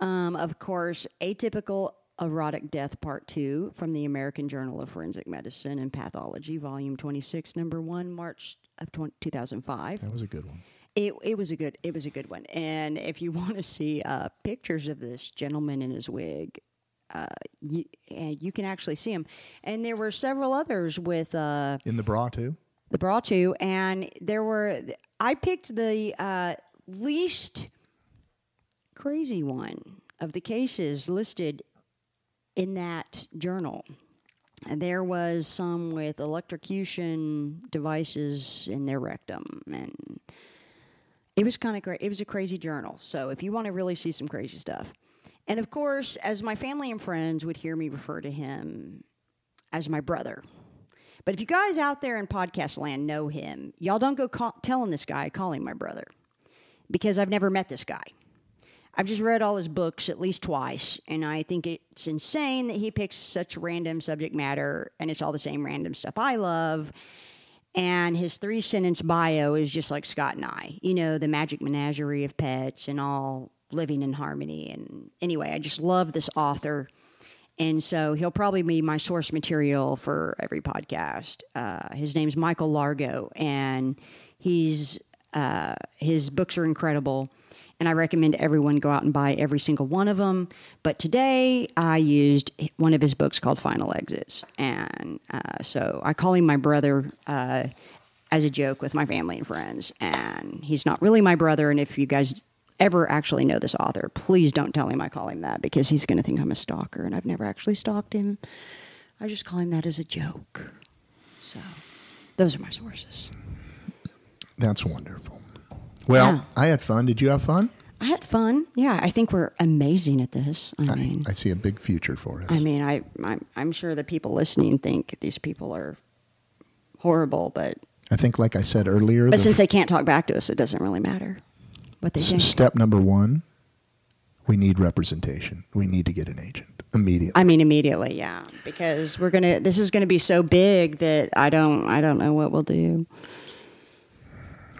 S2: Um, of course, Atypical Erotic Death Part 2 from the American Journal of Forensic Medicine and Pathology, Volume 26, Number 1, March of 20, 2005.
S1: That was a good one.
S2: It, it was a good it was a good one. And if you want to see uh, pictures of this gentleman in his wig, uh, you, and you can actually see him. And there were several others with uh,
S1: In the bra too?
S2: the bra to, and there were I picked the uh, least crazy one of the cases listed in that journal. And there was some with electrocution devices in their rectum and it was kind of great it was a crazy journal so if you want to really see some crazy stuff and of course as my family and friends would hear me refer to him as my brother but if you guys out there in podcast land know him y'all don't go call, telling this guy calling my brother because i've never met this guy i've just read all his books at least twice and i think it's insane that he picks such random subject matter and it's all the same random stuff i love and his three sentence bio is just like Scott and I, you know, the magic menagerie of pets and all living in harmony. And anyway, I just love this author. And so he'll probably be my source material for every podcast. Uh, his name's Michael Largo, and he's uh, his books are incredible. And I recommend everyone go out and buy every single one of them. But today I used one of his books called Final Exits. And uh, so I call him my brother uh, as a joke with my family and friends. And he's not really my brother. And if you guys ever actually know this author, please don't tell him I call him that because he's going to think I'm a stalker. And I've never actually stalked him. I just call him that as a joke. So those are my sources.
S1: That's wonderful. Well,
S2: Yeah.
S1: I had fun. Did you have fun?
S2: I had fun. Yeah, I think we're amazing at this. I
S1: I,
S2: mean,
S1: I see a big future for us.
S2: I mean, I I'm, I'm sure the people listening think these people are horrible, but
S1: I think, like I said earlier,
S2: but
S1: the
S2: since they can't talk back to us, it doesn't really matter what they think.
S1: s- step number one, we need representation. We need to get an agent immediately.
S2: I mean, immediately, yeah, because we're gonna. This is gonna be so big that I don't I don't know what we'll do.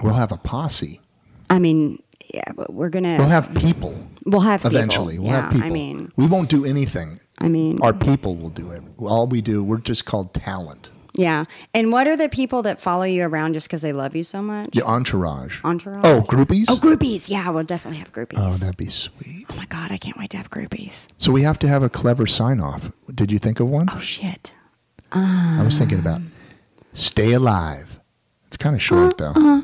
S1: we'll have a posse.
S2: I mean, yeah, but we're gonna
S1: We'll have people
S2: we'll have people.
S1: eventually. We'll
S2: yeah,
S1: have people.
S2: I mean,
S1: we won't do anything.
S2: I mean,
S1: Our people will do it. All we do, we're just called talent.
S2: yeah. And what are the people that follow you around just because they love you so much?
S1: The entourage.
S2: Entourage.
S1: Oh, groupies?
S2: Oh, groupies. Yeah, we'll definitely have groupies.
S1: Oh, that'd be sweet.
S2: Oh my god, I can't wait to have groupies.
S1: So we have to have a clever sign off. Did you think of one?
S2: Oh shit.
S1: I was thinking about stay alive. It's kind of short, though.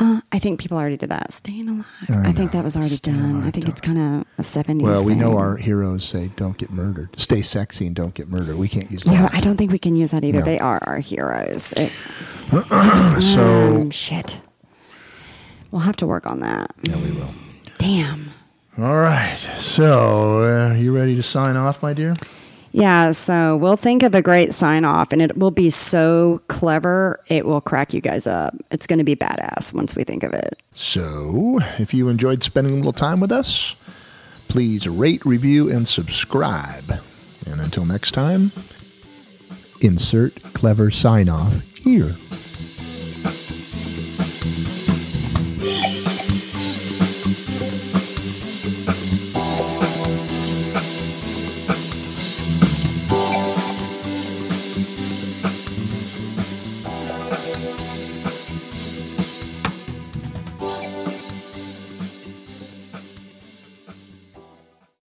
S2: Uh, I think people already did that. Staying alive.
S1: I
S2: I, think
S1: know.
S2: that was already
S1: Staying
S2: done.
S1: alive,
S2: I think
S1: done.
S2: it's kind of a seventies.
S1: Well, we
S2: thing.
S1: know our heroes say don't get murdered. Stay sexy and don't get murdered. We can't use
S2: Yeah,
S1: that.
S2: I don't think we can use that either.
S1: No.
S2: They are our heroes. It-
S1: so
S2: um, shit. We'll have to work on that.
S1: yeah, we will.
S2: Damn.
S1: All right. So uh, you ready to sign off, my dear?
S2: Yeah, so we'll think of a great sign off and it will be so clever. It will crack you guys up. It's going to be badass once we think of it.
S1: So, if you enjoyed spending a little time with us, please rate, review, and subscribe. And until next time, insert clever sign off here.